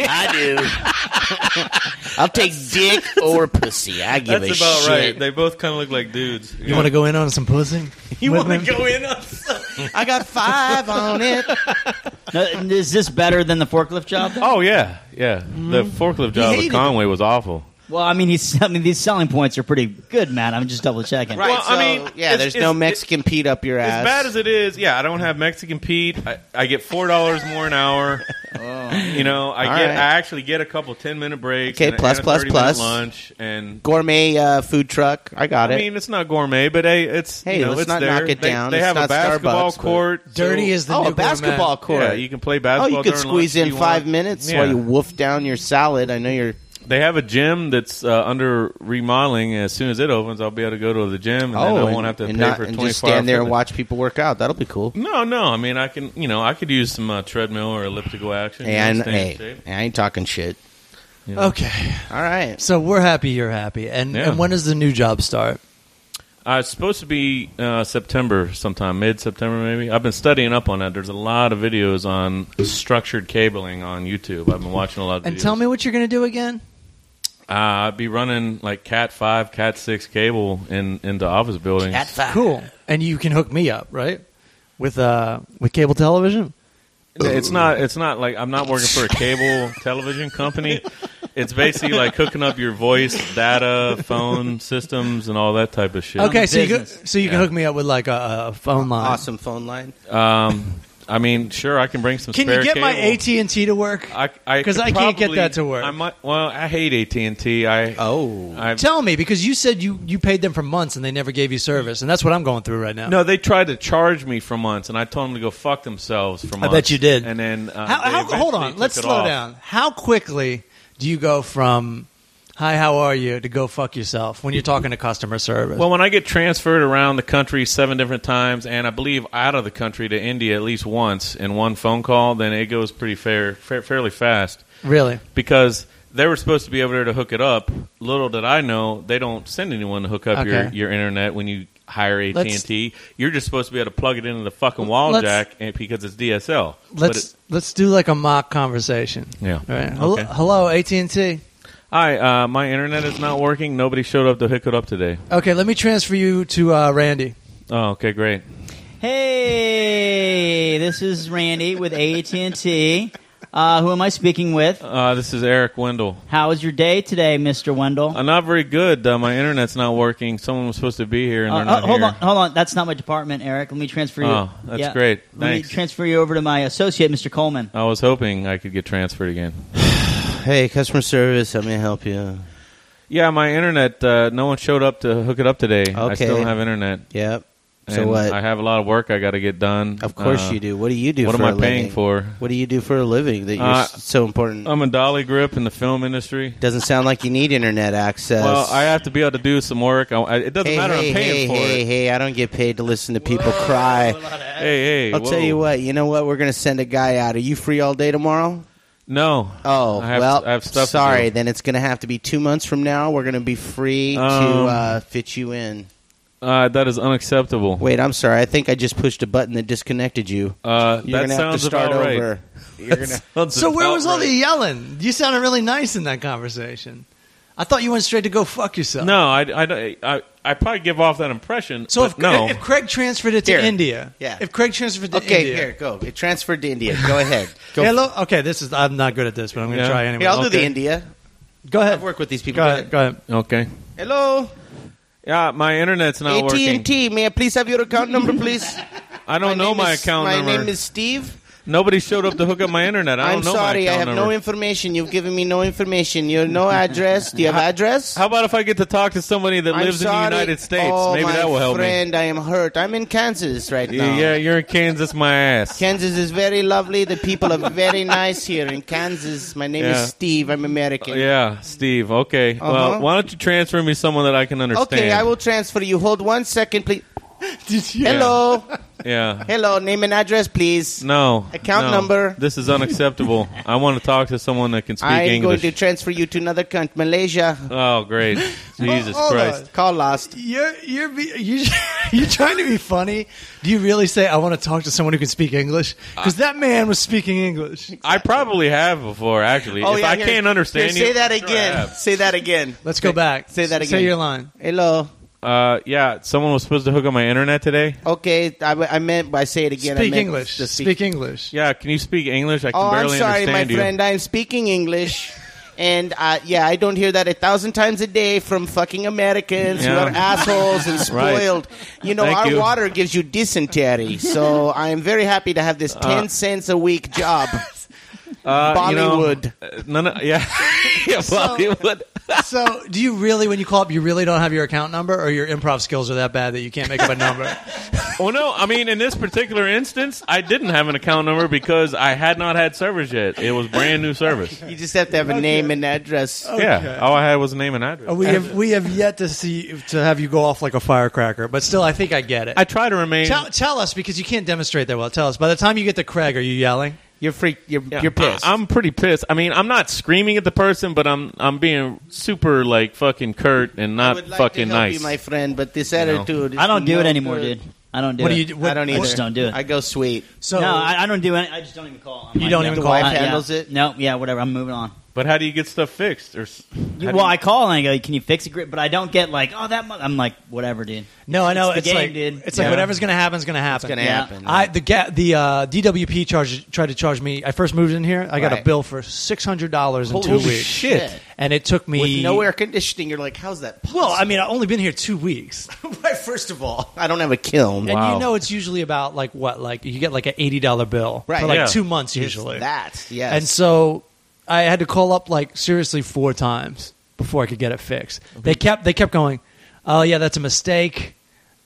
I do. I'll take dick or pussy. I give That's a about shit. right. They both kind of look like dudes. You want to go in on some pussy? You With want to them? go in? On- I got five on it. No, is this better than the forklift job? oh yeah, yeah. The Mm. forklift job hated at it. Conway was awful. Well, I mean, he's I mean these selling points are pretty good, man. I'm just double checking. Right. Well, I so, mean, yeah, it's- there's it's- no Mexican Pete up your ass. As bad as it is, yeah, I don't have Mexican Pete. I, I get four dollars more an hour. You know, I Oh. All get right. I actually get a couple ten minute breaks. Okay, and, plus, and a plus, 30-minute plus. lunch and. gourmet uh, food truck. I got I it. mean, it's not gourmet, but hey, it's Hey, you know, let's it's not there. knock it They- down. They, It's have a not basketball Starbucks, but- court. Dirty so- as the oh, new a basketball court. Yeah, you can play oh, basketball. you could during squeeze lunch if in you five want. minutes Yeah. while you woof down your salad. I know you're. They have a gym that's uh, under remodeling. As soon as it opens, I'll be able to go to the gym, and then I Oh, and- won't have to pay and not- for and twenty just four. stand there and watch people work out. That'll be cool. No, no. I mean, I can. You know, I could use some uh, treadmill or elliptical action. you know, And stay in hey, shape. I ain't talking shit. Okay, All right. so we're happy you're happy, and, Yeah. and when does the new job start? Uh, it's supposed to be uh, September sometime, mid September maybe. I've been studying up on that. There's a lot of videos on structured cabling on YouTube. I've been watching a lot of And videos. tell me what you're going to do again. Uh, I'd be running like Cat 5, Cat 6 cable in into office buildings. At five. Cool. And you can hook me up, right? With uh with cable television? It's not. It's not like I'm not working for a cable television company. It's basically like hooking up your voice, data, phone systems, and all that type of shit. okay, so you can, business. so you can Yeah. hook me up with like a, a phone line. Awesome phone line. Um, I mean, sure, I can bring some. Can spare you get my cable. Uh, AT and T to work? I I 'Cause could I can't get probably- that to work. I might. Well, I hate AT and T. I Oh. I've- Tell me because you said you you paid them for months and they never gave you service, and that's what I'm going through right now. no, they tried to charge me for months, and I told them to go fuck themselves for I months. bet you did. And then uh, how, how, they hold eventually on, took let's it slow off. down. How quickly do you go from "Hi, how are you" to "Go fuck yourself" when you're talking to customer service? Well, when I get transferred around the country seven different times, and I believe out of the country to India at least once in one phone call, then it goes pretty fair, fa- fairly fast really? because they were supposed to be over there to hook it up. Little did I know, they don't send anyone to hook up your, Okay. your internet when you hire AT and Let's- T. You're just supposed to be able to plug it into the fucking wall Let's- jack, and because it's DSL. But Let's it- let's do like a mock conversation. Yeah. All right. Hello- Okay. Hello, AT and T. hi, uh, my internet is not working. Nobody showed up to hook it up today. Okay, let me transfer you to uh, Randy. Oh, okay, great. Hey, this is Randy with AT&T. Uh, who am I speaking with? Uh, this is Eric Wendell. How was your day today, Mr. Wendell? Uh, not very good. Uh, my internet's not working. Someone was supposed to be here, and Uh, they're not uh, hold here. on, hold on. That's not my department, Eric. Let me transfer you. Oh, that's great. Let Thanks. me transfer you over to my associate, Mr. Coleman. I was hoping I could get transferred again. Hey, customer service, let me help you. Yeah, my internet. Uh, no one showed up to hook it up today. I Okay. still don't have internet. Yep. So and what? I have a lot of work I got to get done. of course Uh, you do. What do you do what for am I a paying living? for? What do you do for a living that you're Uh, s- so important? I'm a dolly grip in the film industry. Doesn't sound like you need internet access. Well, I have to be able to do some work. I, I- it doesn't hey, matter. hey, I'm paying hey, for hey, it. hey, I don't get paid to listen to people cry. Hey, hey. I'll whoa. tell you what. You know what? We're going to send a guy out. Are you free all day tomorrow? No. Oh, I have, well, I have stuff. to sorry. do. Then it's going to have to be two months from now. We're going to be free to Um, uh, fit you in. Uh, that is unacceptable. Wait, I'm sorry. I think I just pushed a button that disconnected you. uh, You're that going to have to sounds start about right. over. You're gonna- sounds So where about was all right. the yelling? You sounded really nice in that conversation. I thought you went straight to go fuck yourself. No, I, I, I, I probably give off that impression. So but if, no, if Craig transferred it to Here. India, Yeah. If Craig transferred to Okay, India, here, go. It transferred to India. Go ahead. Go. Hello. Okay, this is. I'm not good at this, but I'm going to Yeah. try anyway. Here, I'll do the Okay. India. Go ahead. I've worked with these people. Go ahead. Go ahead. okay, Hello, yeah, my internet's not AT and working. T. May I please have your account number, please? I don't know name my is- account my number. name is Steve. Nobody showed up to hook up my internet. I I'm don't know sorry, my I account have number. no information. You've given me no information. You have no address. Do you have address? How about if I get to talk to somebody that I'm lives sorry. in the United States? Oh, Maybe my that will help friend, I am hurt. I'm in Kansas right me. now. Yeah, you're in Kansas, my ass. Kansas is very lovely. The people are very nice here in Kansas. My name Yeah. is Steve. I'm American. yeah, Steve. Okay. Uh-huh. Well, why don't you transfer me someone that I can understand? Okay, I will transfer you. Hold one second, please. Did you? Hello, Yeah. hello. Name and address, please. No. Account no. number. This is unacceptable. I want to talk to someone that can speak I'm English. going to transfer you to another country, Malaysia. oh, great. Jesus Hold on. Christ. Call lost. You're you're be, you you trying to be funny. Do you really say I want to talk to someone who can speak English? Uh, Because that man was speaking English. I probably have before, actually. if I Oh, here- can't understand here, say you, that sure I again. have. say that again. Let's go back. say that Say again. your line. Hello. Uh, yeah, someone was supposed to hook up my internet today. Okay, I, I meant by say it again. I speak meant English. to Speak, English. Yeah, can you speak English? I can Oh, I'm barely sorry, my understand you. friend. I'm speaking English, and uh, yeah, I don't hear that a thousand times a day from fucking Americans who Yeah. are assholes and Right. spoiled. You know, Thank our you. water gives you dysentery, so I am very happy to have this ten cents a week job. Uh, you know, Bollywood. uh, none of, yeah, yeah, Bollywood. So, do you really, when you call up, you really don't have your account number, or your improv skills are that bad that you can't make up a number? well, Oh, no, I mean, in this particular instance, I didn't have an account number because I had not had service yet. It was brand new service. you just have to have a name and address. Yeah, all I had was a name and Oh. address. we have we have yet to see to have you go off like a firecracker, but still, I think I get it. I try to remain. tell, tell us because you can't demonstrate that well. Tell us. By the time you get to Craig, are you yelling? You're freaked. You're, you're pissed. I, am pretty pissed. I mean, I'm not screaming at the person, but I'm I'm being super like fucking curt and I not would like fucking to help nice. You, my friend, but this attitude. I don't is do it no anymore, good. dude. I don't do What it. do you do- what- I don't I either. just don't do it. I go sweet. So no, I, I don't do any. I just don't even call. I'm You like, don't no. even The wife call. Uh, yeah. handles it. No, yeah, whatever. I'm moving on. but how do you get stuff fixed? Or s- You- how do well, you- I call and I go, "Can you fix a grip?" But I don't get like, "Oh, that." Mu-. I'm like, "Whatever, dude." No, I know It's it's, the game, like dude. it's like Yeah. whatever's gonna happen is gonna happen. It's gonna Yeah. happen. I the ga- the uh, DWP charge tried to charge me. I first moved in here. I got a Right. bill for six hundred dollars in Holy two weeks. shit. And it took me With no air conditioning, you're like, how's that? Possible? Well, I mean, I've only been here two weeks, Why, first of all, I don't have a kiln. and you know it's usually about like what like you get like an eighty dollar bill Right. for like Yeah. two months It's usually. that yes. And so I had to call up like seriously four times before I could get it fixed. They kept they kept going. Oh yeah, that's a mistake.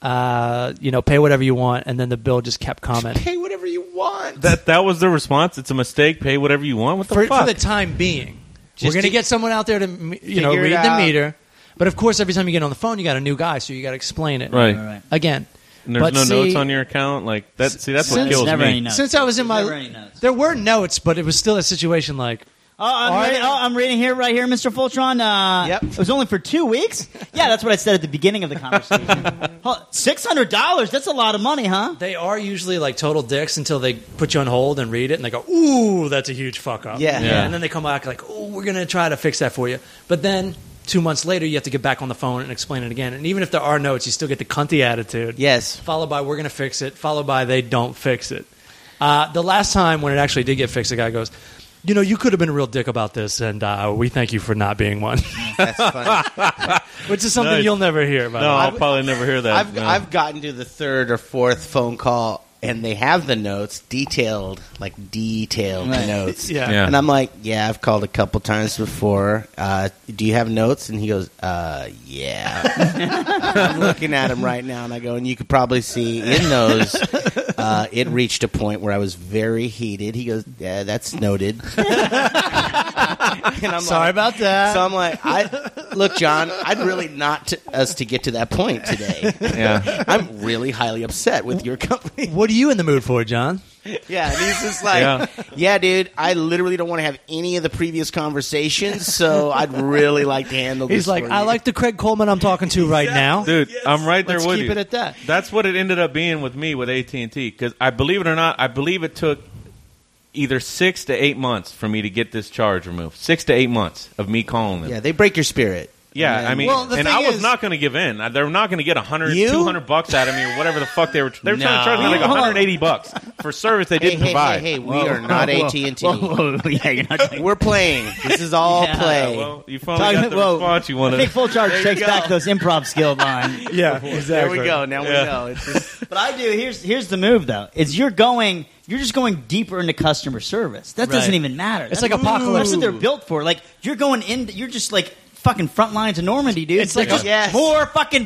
Uh, you know, pay whatever you want, and then the bill just kept coming. pay whatever you want. that that was the response. It's a mistake. Pay whatever you want. What the for, fuck? for the time being. We're Just going to to- get someone out there to m- you know Figure it read the out. meter, but of course, every time you get on the phone, you got a new guy, so you got to explain it right. All right. again. And there's But no see- notes on your account. Like that. See, that's what since- kills never me. any notes. Since I was in Never any my, notes. there were notes, but it was still a situation like Oh, I'm, Are reading, you- oh, I'm reading here, right here, Mr. Fultron. Uh, Yep. It was only for two weeks. Yeah, that's what I said at the beginning of the conversation. Six hundred dollars. That's a lot of money, huh? they are usually like total dicks until they put you on hold and read it, and they go, "Ooh, that's a huge fuck up." Yeah. Yeah. and then they come back like, "Oh, we're going to try to fix that for you," but then. Two months later, you have to get back on the phone and explain it again. And even if there are notes, you still get the cunty attitude. yes. followed by we're going to fix it, followed by they don't fix it. Uh, the last time when it actually did get fixed, the guy goes, you know, you could have been a real dick about this, and uh, we thank you for not being one, That's funny. which is something Nice. you'll never hear. By the No, way. I'll probably never hear that. I've no. I've gotten to the third or fourth phone call, and they have the notes detailed, like detailed Right. notes. yeah. Yeah. And I'm like, yeah, I've called a couple times before. Uh, do you have notes? And he goes, uh, yeah. I'm looking at him right now, and I go, and you could probably see in those, uh, it reached a point where I was very heated. He goes, yeah, that's noted. and I'm Sorry like, about that. so I'm like, I look, John. I'd really not to, us to get to that point today. yeah. I'm really highly upset with your company. what are you in the mood for, John? Yeah, and he's just like, Yeah. yeah. dude, I literally don't want to have any of the previous conversations, so I'd really like to handle this. He's like, for I you." like the Craig Coleman I'm talking to right now. dude i'm right there Let's with keep you it at that. that's what it ended up being with me with at&t because i believe it or not i believe it took either six to eight months for me to get this charge removed six to eight months of me calling them Yeah, yeah, they break your spirit. And i then- mean Well, the and thing i was is- not going to give in I, they were not going to get 100 You? 200 bucks out of me or whatever the fuck they were they were trying to charge me No. like Hold on. 180 bucks for service they hey, didn't hey, provide hey, hey, we are not AT and T. Whoa, whoa, yeah, you're not. We're playing. This is all Yeah. play. Oh, well you finally got the whoa. response you I think wanted full charge There you takes go. back those improv skill mine. Yeah, exactly. there we go. Now Yeah. we know. It's just, But I do. Here's here's the move though. Is you're going. You're just going deeper into customer service. That doesn't Right. even matter. It's That's- like apocalypse. That's what they're built for. Like you're going in. You're just like fucking front lines of Normandy, dude. It's like just a- Yes. more fucking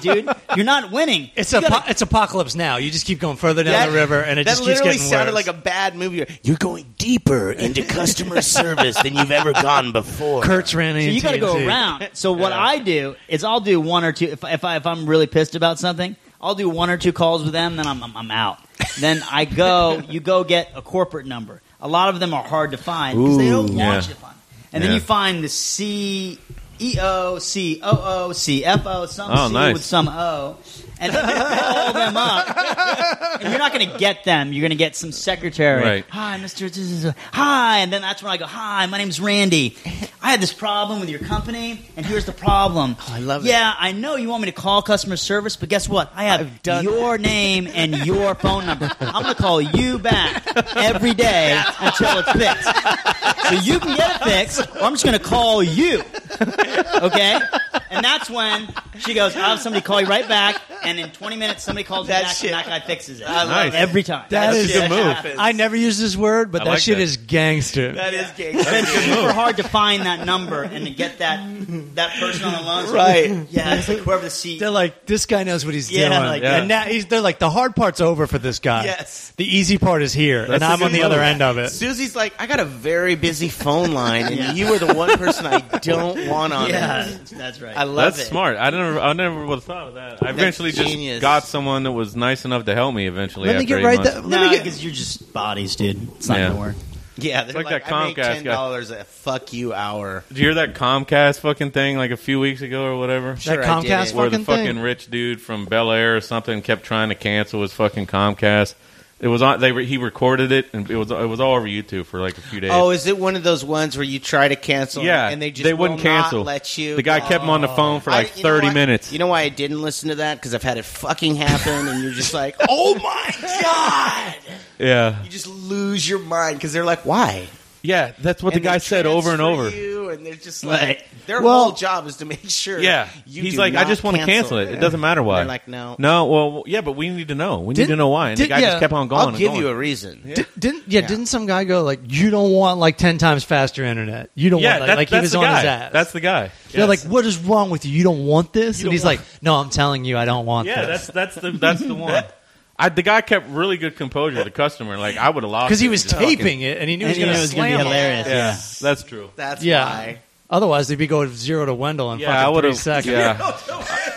dude. You're not winning. It's You a gotta- it's apocalypse now. You just keep going further down That- the river, and it that just keeps literally getting sounded worse. like a bad movie. You're going deeper into customer service than you've ever gone before. Kurtz ran So into you got to go TNT. around. So what I do is I'll do one or two. If if, I, if I'm really pissed about something, I'll do one or two calls with them. Then I'm I'm, I'm out. then I go. You go get a corporate number. A lot of them are hard to find because they don't Ooh. launch Yeah. it. Fun. And Yeah. then you find the C E O C O O C F O some Oh, C nice. with some O. And then you call them up, and you're not going to get them. You're going to get some secretary. Right. Hi, Mr. Z-Z-Z. Hi, and then that's when I go. Hi, my name's Randy. I had this problem with your company, and here's the problem. Oh, I love it. Yeah, I know you want me to call customer service, but guess what? I have done your name and your phone number. I'm going to call you back every day until it's fixed. So you can get it fixed, or I'm just going to call you. Okay? And that's when she goes, I'll have somebody call you right back, and in 20 minutes, somebody calls me That back, shit- and that guy fixes it. love it. Every time. That is a good move. I never use this word, but I that like shit that. is gangster. That is gay. It's super hard to find that number and to get that that person on the line. Right. Yeah, it's like whoever the E seat. They're like, this guy knows what he's Yeah, doing. like- And now he's, they're like, the hard part's over for this guy. Yes. The easy part is here, and a I'm good on the other move. end of it. Susie's like, I got a very busy phone line, and Yeah. you were the one person I don't want on Yeah, it. that's right. I love that's it. smart. I never, I never would have thought of that. I eventually actually just Genius. got someone that was nice enough to help me eventually. Let me after get eight right. months. That, let No, me get. because you're just bodies, dude. It's not Yeah. gonna work. Yeah, they're like like, that I make Comcast ten guy. dollars a fuck you hour. Did you hear that Comcast fucking thing like a few weeks ago or whatever? That Sure, I did Comcast it. Where fucking the fucking thing. rich dude from Bel Air or something kept trying to cancel his fucking Comcast. It was on. They re- he recorded it and it was it was all over YouTube for like a few days. Oh, is it one of those ones where you try to cancel? yeah, and they just they wouldn't will not cancel. let you. the guy kept him on the phone for I- like you know thirty what? minutes. You know why I didn't listen to that? Because I've had it fucking happen, and you're just like, oh my god! yeah, You just lose your mind because they're like, why? yeah, that's what And the guy they said over and transfer over. You, and they're just like, Right. their Well- whole job is to make sure. Yeah, you he's do like, I not just want to cancel it. It doesn't matter why. They're like, no, No, well, yeah, but we need to know. We need Did- to know why. And the did- guy yeah. just kept on going. I'll and give going. you a reason. Di- didn't yeah, Didn't some guy go like, "You don't want like ten times faster internet. You don't yeah, want like, that- like he that's was the on guy. his ass." That's the guy. They're like, "What is wrong with you? You don't want this?" don't and he's want- like, "No, I'm telling you, I don't want yeah, this." that's that's the that's the one. I, the guy kept really good composure. The customer, like, I would have lost because he it. was Just taping it and he knew And he you know it was was gonna going be to slam it. hilarious. fucking- Yeah, that's true. That's Yeah. why. Otherwise, they'd be going zero to Wendell in Yeah, I fucking would three have. seconds. Yeah,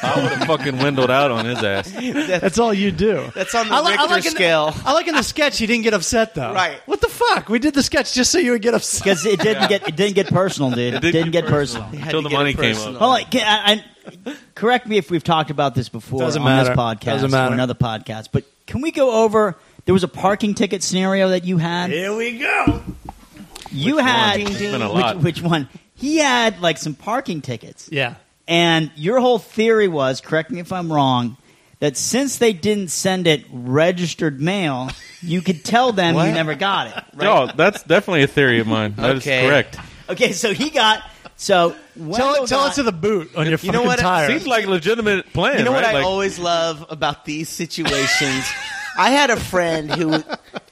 I would have fucking windled out on his ass. That's all you do. That's on the I, li- I Richter like in the- scale. I like in the sketch he didn't get upset though. Right. What the fuck? We did the sketch just so you would get upset. Because it didn't get it didn't get personal, dude. It didn't didn't, get get personal. to Until the get money it came personal. up. Well, like, can I, I, correct me if we've talked about this before Doesn't on matter. this podcast Doesn't matter. or another podcast, but can we go over? There was a parking ticket scenario that you had. Here we go. you had It's been a which- lot. Which, one? He had like some parking tickets, Yeah. and your whole theory was, correct me if I'm wrong, that since they didn't send it registered mail, you could tell them What? you never got it. No, that's definitely a theory of mine. That is Okay. correct. Okay, so he got so Tell Wendell it, tell got- it to the boot on your You fucking know what? It tire. Seems like a legitimate plan. You know what right? I Like, always love about these situations? I had a friend who,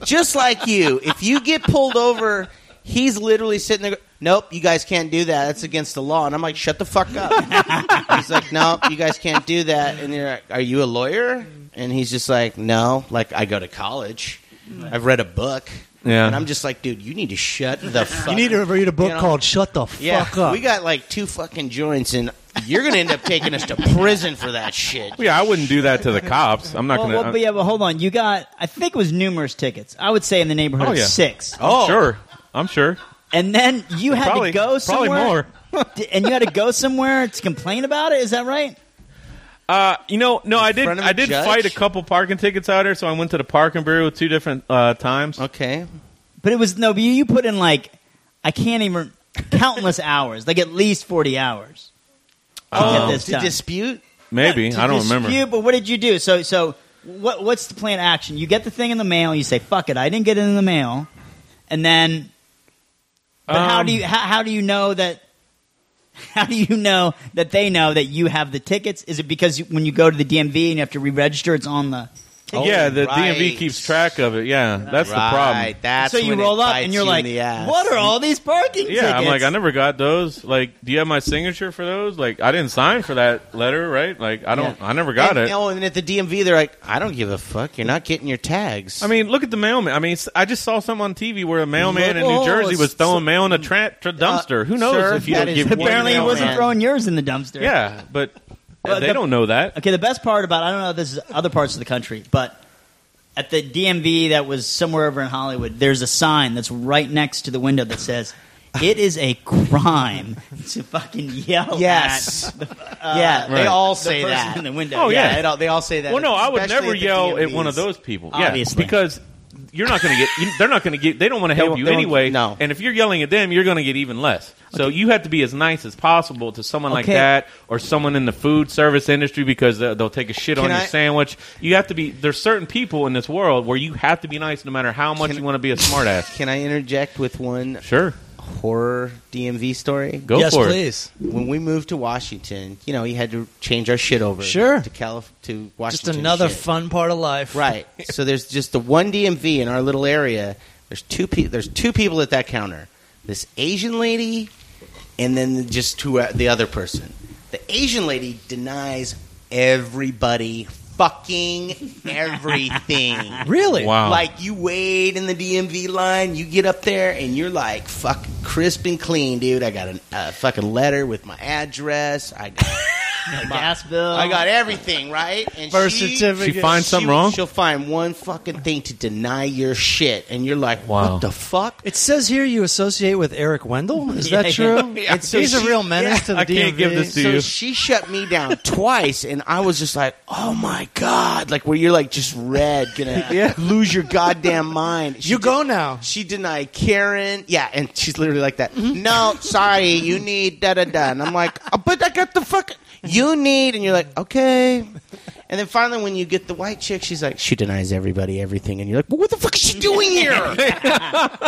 just like you, if you get pulled over, he's literally sitting there. Nope, you guys can't do that. That's against the law. And I'm like, shut the fuck up. he's like, nope, you guys can't do that. And you're like, are you a lawyer? And he's just like, no. Like, I go to college. I've read a book. Mm. Yeah. And I'm just like, dude, you need to shut the fuck you need to read a book You know? called "Shut the yeah, Fuck Up." We got like two fucking joints, and you're going to end up taking us to prison for that shit. yeah, I wouldn't do that to the cops. I'm not Oh, Well, gonna. well, but yeah, but hold on. You got, I think it was numerous tickets. I would say in the neighborhood Oh, yeah. of six. I'm sure. I'm sure. And then you had Probably, to go probably somewhere. more. D- and you had to go somewhere to complain about it. Is that right? Uh, you know, no, I did. front of I a did judge? fight a couple parking tickets out there, so I went to the parking bureau two different uh, times. Okay. But it was no. But you, you put in like I can't even countless hours, like at least forty hours. to get Oh. this to done. dispute. Maybe To I don't dispute, remember. But what did you do? So so what? What's the plan of action? You get the thing in the mail. You say, "Fuck it, I didn't get it in the mail," and then. But how Um, do you how, how do you know that? How do you know that they know that you have the tickets? Is it because you, when you go to the DMV and you have to re-register, it's on the ticket? Oh, yeah, the DMV right. keeps track of it. Yeah, that's the problem. That's so you when it roll up bites and you're you in like, the ass. "What are all these parking Yeah, tickets?" I'm like, I never got those. Like, do you have my signature for those? Like, I didn't sign for that letter, right? Like, I don't. Yeah. I never got and, it. Oh, and at the DMV, they're like, I don't give a fuck. You're not getting your tags. I mean, look at the mailman. I mean, s- I just saw something on TV where a mailman in Look- New Jersey oh, was so- throwing mail in a tra- tra- dumpster. Who knows sir, if you that don't is give? what Apparently, he Well, wasn't man. throwing yours in the dumpster. Yeah, but Well, they the- don't know that. Okay, the best part about I don't know if this is other parts of the country, but at the DMV that was somewhere over in Hollywood, there's a sign that's right next to the window that says, "It is a crime to fucking yell yes, at." Uh, yeah, the they all person say that. in the window. Oh, yeah. it all- they all say that. Well, no, I would especially never at the yell at DMVs. one of those people. Obviously. Yeah, because you're not going to get. You, they're not going to get. They don't want to help won't- you they won't- anyway. no. And if you're yelling at them, you're going to get even less. So you have to be as nice as possible to someone like Okay. that, or someone in the food service industry because they'll, they'll take a shit on Can your I- sandwich. You have to be. There's certain people in this world where you have to be nice, no matter how much Can- you want to be a smartass. Can I interject with one sure, horror DMV story? go yes, for it. please. When we moved to Washington, you know, you had to change our shit over. Sure. To Calif- to Just Washington. another shit. fun part of life. Right. So there's just the one DMV in our little area. There's two pe- there's two people at that counter. This Asian lady and then just two uh, the other person. The Asian lady denies everybody fucking everything. Really? Wow. Like you wait in the DMV line, you get up there, and you're like fucking crisp and clean, dude. I got a uh, fucking letter with my address. I got gas bill. I got everything right. And Birth she, certificate. She finds she- something wrong. She'll find one fucking thing to deny your shit, and you're like, Wow. "What the fuck?" It says here you associate with Eric Wendell. Is that Yeah. true? Yeah. It's- He's a real menace to the I can't DMV. give this to so you. she shut me down twice, and I was just like, "Oh my god!" Like where you're like just red, gonna lose your goddamn mind. She You did- go now. She denied Karen. Yeah, and she's literally like that. No, sorry, you need da da da. And I'm like, oh, but I got the fuck you need. And you're like, okay. And then finally, when you get the white chick, she's like, she denies everybody everything. And you're like, well, what the fuck is she doing here?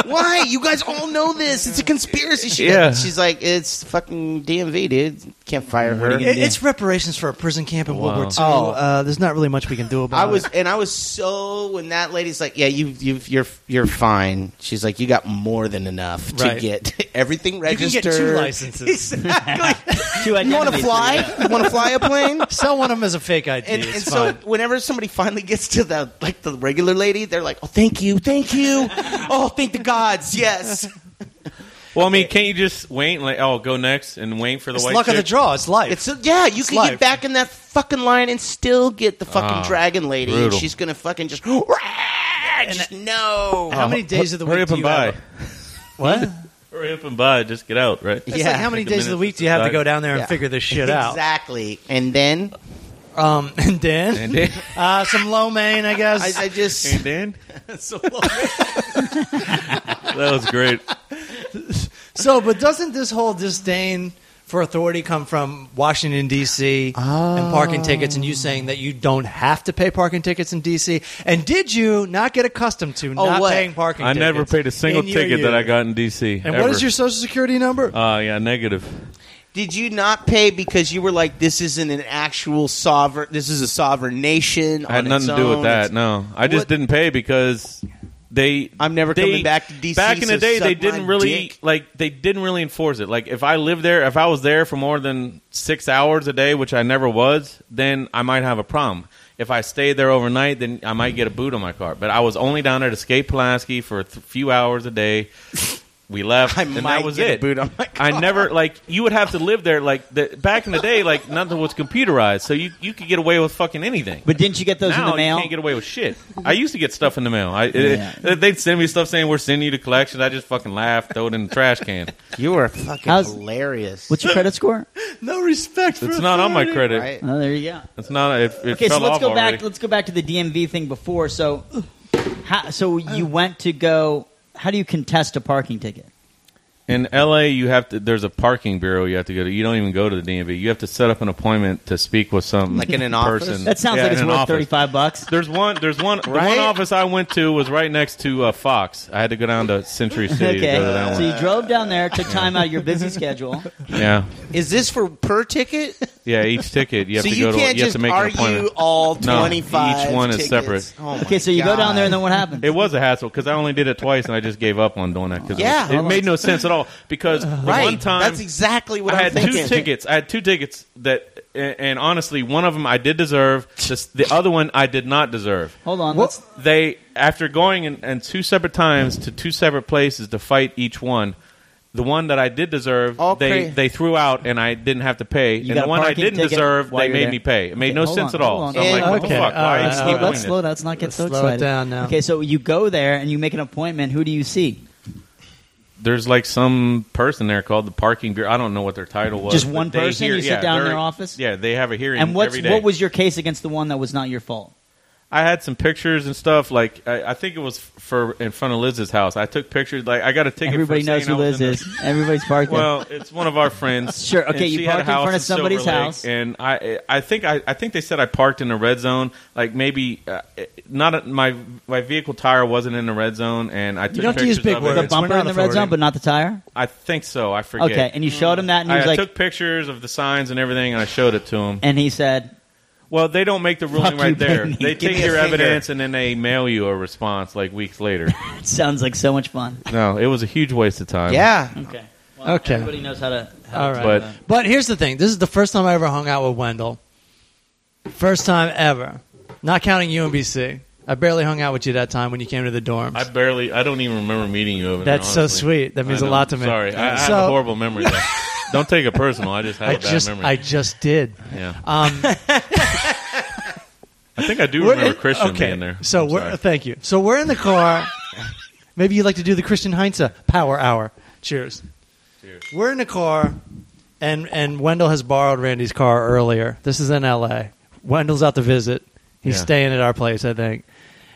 Why? You guys all know this. It's a conspiracy. She, Yeah. She's like, it's fucking DMV, dude. Can't fire her. It- It's reparations for a prison camp in World War II. Oh. Uh, there's not really much we can do about I it. was, and I was so when that lady's like, "Yeah, you, you, you're, you're fine." She's like, "You got more than enough to Right. get everything You can registered." get two licenses. two You want to identities. fly? You want to fly a plane? Sell one of them as a fake ID. And, it's and so fine. whenever somebody finally gets to the like the regular lady, they're like, "Oh, thank you, thank you, oh, thank the gods, yes." Well, I mean, can't you just wait and like, oh, go next and wait for the it's white luck of the chick? draw. It's life. It's yeah, you can life. get back in that fucking line and still get the fucking Ah, dragon lady, and brutal. she's gonna fucking just, just no. how many days of the week? Hurry up do and you buy. have- What? Hurry up and buy. Just get out, right? It's like how many days of the week do you have to go down there and Yeah. figure this shit out? Exactly. And then Um, and then, And then, uh, some lo mein, I guess. I, I just and then? that was great. so, but doesn't this whole disdain for authority come from Washington D.C. and parking tickets, Oh. and you saying that you don't have to pay parking tickets in D.C. And did you not get accustomed to Oh, not what? paying parking? I never tickets paid a single in your ticket that year? I got in D.C. And ever. what is your social security number? Uh, yeah, negative. did you not pay because you were like this isn't an actual sovereign this is a sovereign nation I had on nothing its to do with own. that. It's- No, I just What- didn't pay because they. I'm never they- coming back to DC, Back in the so day, they suck didn't my really dick. like. They didn't really enforce it. Like if I lived there, if I was there for more than six hours a day, which I never was, then I might have a problem. If I stayed there overnight, then I might get a boot on my car. But I was only down there to skate Pulaski for a th- few hours a day. We left, I and might that was get a it. boot on my I never like you would have to live there like the, back in the day. Like nothing was computerized, so you you could get away with fucking anything But didn't you get those now in the mail? you can't get away with shit. I used to get stuff in the mail. I, it- Yeah. they'd send me stuff saying we're sending you to collection. I just fucking laughed, throw it in the trash can. you were fucking How's- hilarious What's your credit score? no respect for It's not on my credit. right Oh, there you go. It's not. It, it Okay, fell so let's off go already. back. Let's go back to the DMV thing before. So, how, so Uh. you went to go. How do you contest a parking ticket? In LA, you have to. There's a parking bureau you have to go to. You don't even go to the DMV. You have to set up an appointment to speak with some Like in an office? person. That sounds Yeah, like in it's an worth office. thirty-five bucks. There's one. There's one. The Right? one office I went to was right next to uh, Fox. I had to go down to Century City to Okay, go to that so one. Oh you drove down there, took time out of your busy schedule. Yeah, is this for per ticket yeah. Each ticket you have so to you go to. can't you just have to make an argue appointment. all No, 25 each one is tickets. separate. oh my Okay, so you go down there, and then what happens? It was a hassle because I only did it twice and I just gave up on doing that because Yeah. it, made no sense at all. Uh, Because the right one time that's exactly what I am had thinking two tickets, I had two tickets that, and, and honestly, one of them I did deserve. This, the other one I did not deserve. Hold on. What- let's- They after going in, in two separate times to two separate places to fight each one. The one that I did deserve, All they cra- they threw out and I didn't have to pay. and got the a one I parking didn't ticket deserve, while they you're made there. me pay. It made Okay, no hold sense on, at all. hold So on. Uh, I'm like, what Okay, the fuck? all Why right, are you all keep right. doing let's this? slow. Let's not get so Slow it excited. down now. Okay, so you go there and you make an appointment. Who do you see? there's like some person there called the parking bureau. I don't know what their title was. Just but one they person? hear- You sit yeah, down in they're- their office? Yeah, they have a hearing. And what's every day. what was your case against the one that was not your fault? I had some pictures and stuff. Like I, I think it was for in front of Liz's house. I took pictures. Like I got a ticket. Everybody for knows who saying I was Liz in the- is. Everybody's parking. Well, it's one of our friends. Sure, okay, And you she had a parked in front house of Silver somebody's Lake, house. and I, I think, I, I think they said I parked in the red zone. Like maybe uh, not a, my my vehicle tire wasn't in the red zone, and I took don't have to pictures use big of words. the it. It's- we're bumper not in the red authority. zone, but not the tire. I think so. I forget. Okay, and you showed him that, and he was I like, took pictures of the signs and everything, and I showed it to him. and he said, Well, they don't make the ruling Fuck right you, there. Benny. They Give take me a your finger. evidence and then they mail you a response like weeks later. "It sounds like so much fun." no, it was a huge waste of time. yeah Okay. Okay. Everybody knows how to. How All to right. But But here's the thing: this is the first time I ever hung out with Wendell. First time ever, not counting UMBC. I barely hung out with you that time when you came to the dorms. I barely, I don't even remember meeting you over there. That's so honestly. sweet. That means I a know. lot to me. Sorry, I, I have So- a horrible memory. Though. Don't take it personal. I just have I a bad just memory. I just did. yeah. Um, I think I do we're remember in- Christian okay, being there. So I'm we're sorry. thank you. So we're in the car. Maybe you'd like to do the Christian Heinze Power Hour. Cheers. Cheers. We're in the car, and and Wendell has borrowed Randy's car earlier. This is in L.A. Wendell's out to visit. He's Yeah. staying at our place, I think.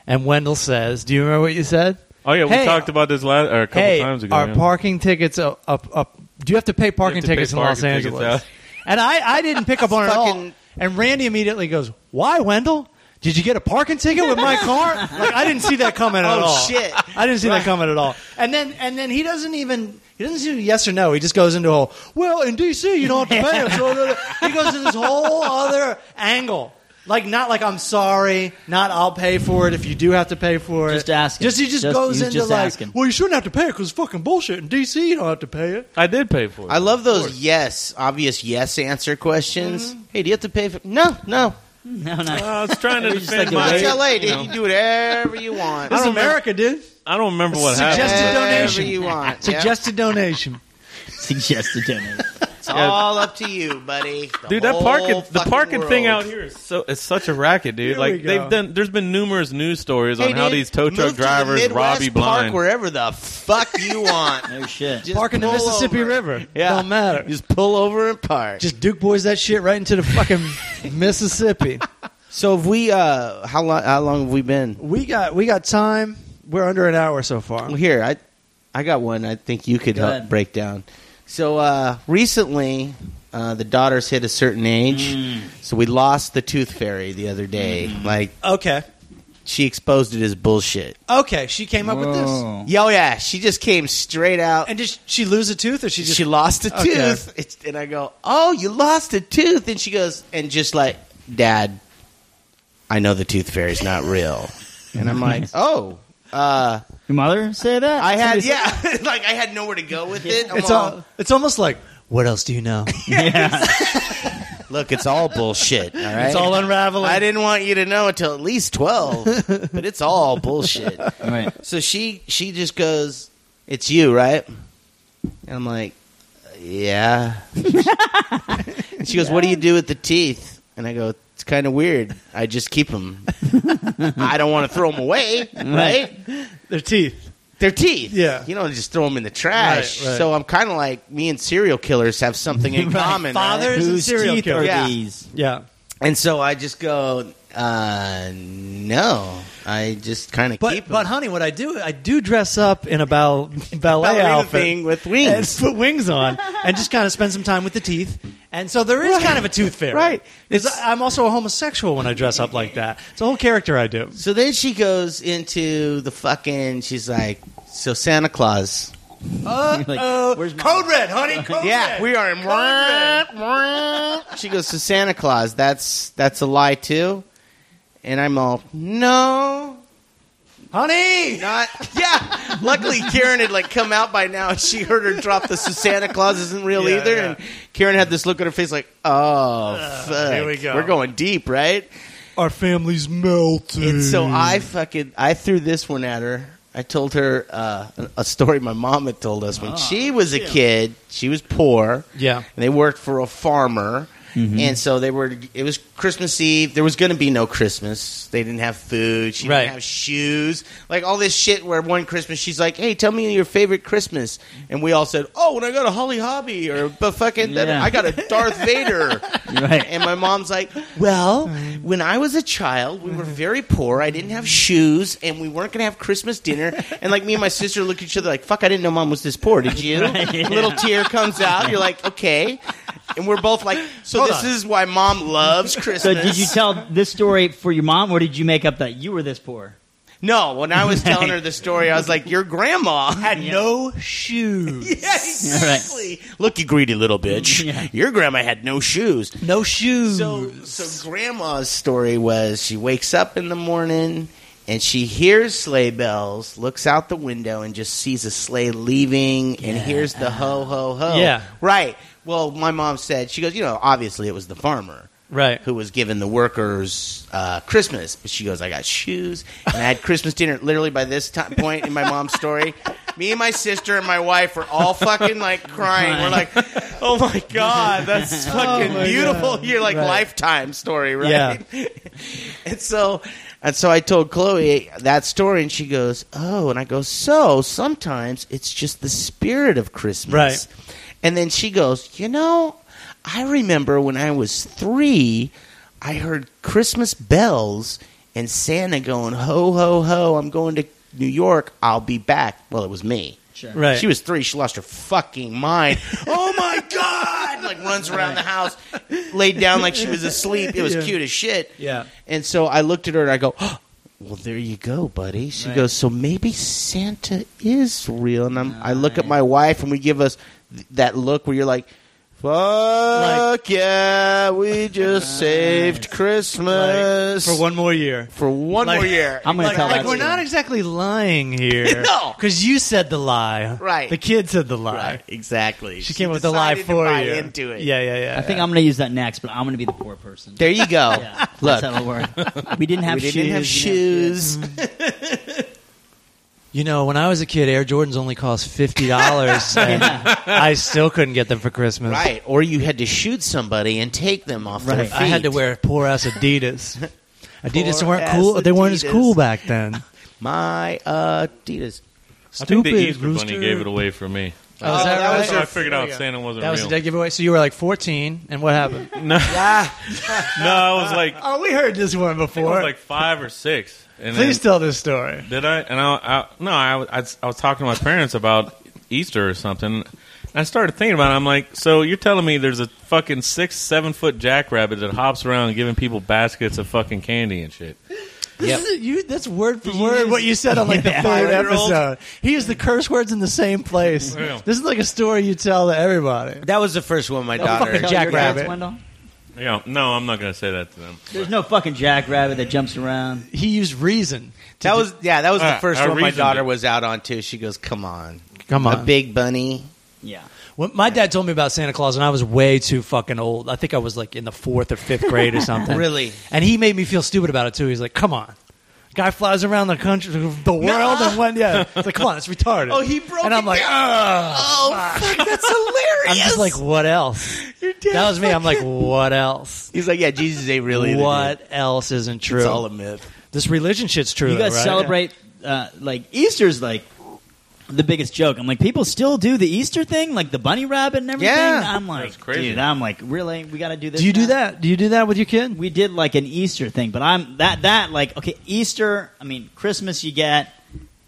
And Wendell says, "Do you remember what you said?" Oh yeah, we Hey, talked about this last or a couple hey, times ago. Our yeah. parking tickets up, up, up. Do you have to pay parking to pay tickets in parking Los tickets Angeles? out. And I, I didn't pick up on it at all. Fucking- And Randy immediately goes, Why, Wendell? Did you get a parking ticket with my car? Like I didn't see that coming at Oh, all. shit. I didn't see that coming at all. And then and then he doesn't even he doesn't do yes or no. He just goes into a whole, well, in DC you don't have to pay it. So he goes to this whole other angle. Like not like I'm sorry, not I'll pay for it if you do have to pay for it. Just ask him. Just he just, Just- goes you into just like ask him. well, you shouldn't have to pay it because fucking bullshit. In DC, you don't have to pay it. I did pay for it. I love those yes, obvious yes answer questions. Mm-hmm. Hey, do you have to pay for? No, no. No, no. I was trying to just defend like a my. It's L.A. you Dude. know, You do whatever you want. This is America, dude. I don't remember what Suggested happened. Uh, Whatever donation. you want. Suggested donation. Suggested donate. It's all up to you, buddy. The Dude, that whole parking the fucking parking thing world. out here is so it's such a racket, dude. Here we like go. they've done there's been numerous news stories Hey, on how dude, these tow move truck to the drivers Midwest, Robbie park blind. wherever the fuck you want. No shit. Just Park in the pull Mississippi over. River. Yeah. Don't matter. Just pull over and park. Just Duke boys that shit right into the fucking Mississippi. so have we uh how long how long have we been? We got we got time. We're under an hour so far. Well, Here, I I got one I think you could Go help ahead. break down. So uh recently uh, the daughters hit a certain age, so we lost the tooth fairy the other day. Like Okay. she exposed it as bullshit. Okay. She came up with this. Whoa. Yeah, oh yeah, she just came straight out. And did she lose a tooth or she just she lost a Okay. tooth. It's, and I go, "Oh, you lost a tooth." And she goes, and just like, "Dad, I know the tooth fairy's not real." And I'm like, "Oh, uh, Your mother say that? I had Somebody yeah, like I had nowhere to go with it." I'm it's all it's almost like what else do you know? said- Yeah. look, it's all bullshit. All right, It's all unraveling. I didn't want you to know until at least twelve, but it's all bullshit. Right. So she she just goes, "It's you, right?" And I'm like, "Yeah." and she goes, "What do you do with the teeth?" And I go, "It's kind of weird. I just keep them. I don't want to throw them away, right? Their teeth. They're teeth. Yeah. you don't just throw them in the trash. Right, right. So I'm kind of like me and serial killers have something in Right. common. Father- There's a Whose serial teeth killer. are Yeah. these? Yeah. right? And so I just go, uh, "No." I just kind of keep But 'em. but honey, what I do I do dress up in a bal- ballet Ballerina outfit thing with wings. and put wings on, and just kind of spend some time with the teeth. And so there is kind of a tooth fairy, Right. 'Cause I- I'm also a homosexual when I dress up like that. It's a whole character I do. So then she goes into the fucking. She's like, so Santa Claus. Like, where's my code red, honey. Yeah, we are in. She goes, so Santa Claus. That's that's a lie too. And I'm all no, honey. not yeah. Luckily, Karen had like come out by now, and she heard her drop the so Santa Claus isn't real Yeah, either. yeah. And Karen had this look on her face like, oh, fuck. here we go. We're going deep, right? Our family's melting. And so I fucking I threw this one at her. I told her uh, a story my mom had told us when Ah, she was a kid. She was poor. Yeah. and they worked for a farmer. And so they were. It was Christmas Eve. There was going to be no Christmas. They didn't have food. She Right. didn't have shoes. Like all this shit. Where one Christmas she's like, "Hey, tell me your favorite Christmas," and we all said, "Oh, when I go to Holly Hobby or but fucking, Yeah. I got a Darth Vader." Right. And my mom's like, Well, when I was a child, we were very poor. I didn't have shoes, and we weren't going to have Christmas dinner. And like me and my sister look at each other like, Fuck, I didn't know mom was this poor. Did you? A little tear comes out. You're like, Okay. And we're both like, So Hold this on. is why mom loves Christmas. So did you tell this story for your mom, or did you make up that you were this poor? No, when I was telling her the story, I was like, Your grandma had no shoes. Yes, All right. exactly. Look, you greedy little bitch. Yeah. Your grandma had no shoes. no shoes. So, so grandma's story was she wakes up in the morning and she hears sleigh bells, looks out the window and just sees a sleigh leaving and hears the ho ho ho. Yeah. Right. Well, my mom said she goes, you know, obviously it was the farmer right. who was giving the workers uh, Christmas. But she goes, I got shoes, and I had Christmas dinner. Literally by this time, point in my mom's story, me and my sister and my wife were all fucking like crying. We're like, Oh my god, Oh that's fucking beautiful. You're like lifetime story, right? and so and so I told Chloe that story and she goes, "Oh." And I go, "So, sometimes it's just the spirit of Christmas." Right. And then she goes, "You know, I remember when I was 3, I heard Christmas bells and Santa going, "Ho ho ho, I'm going to New York. I'll be back." Well, it was me. Sure. Right. She was three. She lost her fucking mind. oh my god! Like runs around the house, laid down like she was asleep. It was Yeah. cute as shit. Yeah. And so I looked at her and I go, "Oh, "Well, there you go, buddy." She Right. goes, "So maybe Santa is real." And I'm, I look at my wife and we give us th- that look where you're like. Fuck yeah! We just saved Christmas for one more year. for one like- more year. I'm gonna Like, tell like, that we're story. not exactly lying here. No. because you said the lie. Right. The kid said the lie. Right, exactly. She, came up with the lie decided to for buy you. Into it. Yeah, yeah, yeah. I think I'm going to use that next, but I'm going to be the poor person. There you go. Yeah, Look, that's how it worked. We didn't have we shoes. didn't have you know, shoes. You know, when I was a kid, Air Jordans only cost fifty dollars. and I still couldn't get them for Christmas. Right, or you had to shoot somebody and take them off their Right. feet. I had to wear poor ass Adidas. Adidas Poor weren't ass cool. They weren't as Adidas. cool back then. my Adidas. I think the Stupid Easter Bunny rooster. gave it away for me. Oh, is that, that right? was So I figured out Santa wasn't that was a real. dead giveaway. So you were like 14, and what happened? no, I was like I oh, we heard this one think I before. was like five or six. And Please then- tell this story. Did I? And I, I no, I, was- I, was- I was talking to my parents about Easter or something. And I started thinking about it. I'm like, so you're telling me there's a fucking six, seven foot jackrabbit that hops around giving people baskets of fucking candy and shit. This Yep. is, you, that's word for word what you said on like the third Five-year-old. episode. He used the curse words in the same place. Yeah. This is like a story you tell to everybody. That was the first one my Don't daughter. Oh, fucking tell Jack your dads, Rabbit. Wendell. Yeah, no, I'm not gonna say that to them. There's no fucking jackrabbit that jumps around. He used reason. to That was yeah. That was the Ah, first I one my reasoned daughter it. was out on too. She goes, "Come on, Come a on. big bunny." Yeah. When my dad told me about Santa Claus, and I was way too fucking old. I think I was like in the fourth or fifth grade or something. Really? And he made me feel stupid about it too. He's like, "Come on." Guy flies around the country, the world, and one yeah, it's like, "Come on, it's retarded." Oh, he broke And I'm it like, down. "Ugh." Oh, fuck, that's hilarious. I'm just like, "What else?" That was me. I'm like, "What else? He's like, yeah, Jesus ain't really the what dude. else isn't true?" It's all a myth. this religion shit's true. You guys though, right? celebrate uh, like Easter's like the biggest joke. I'm like, people still do the Easter thing, like the bunny rabbit and everything. Yeah. I'm like, That's crazy. dude, I'm like, really? We got to do this. Do you do now? that? Do you do that with your kid? We did like an Easter thing, but I'm that that like okay, Easter. I mean, Christmas you get.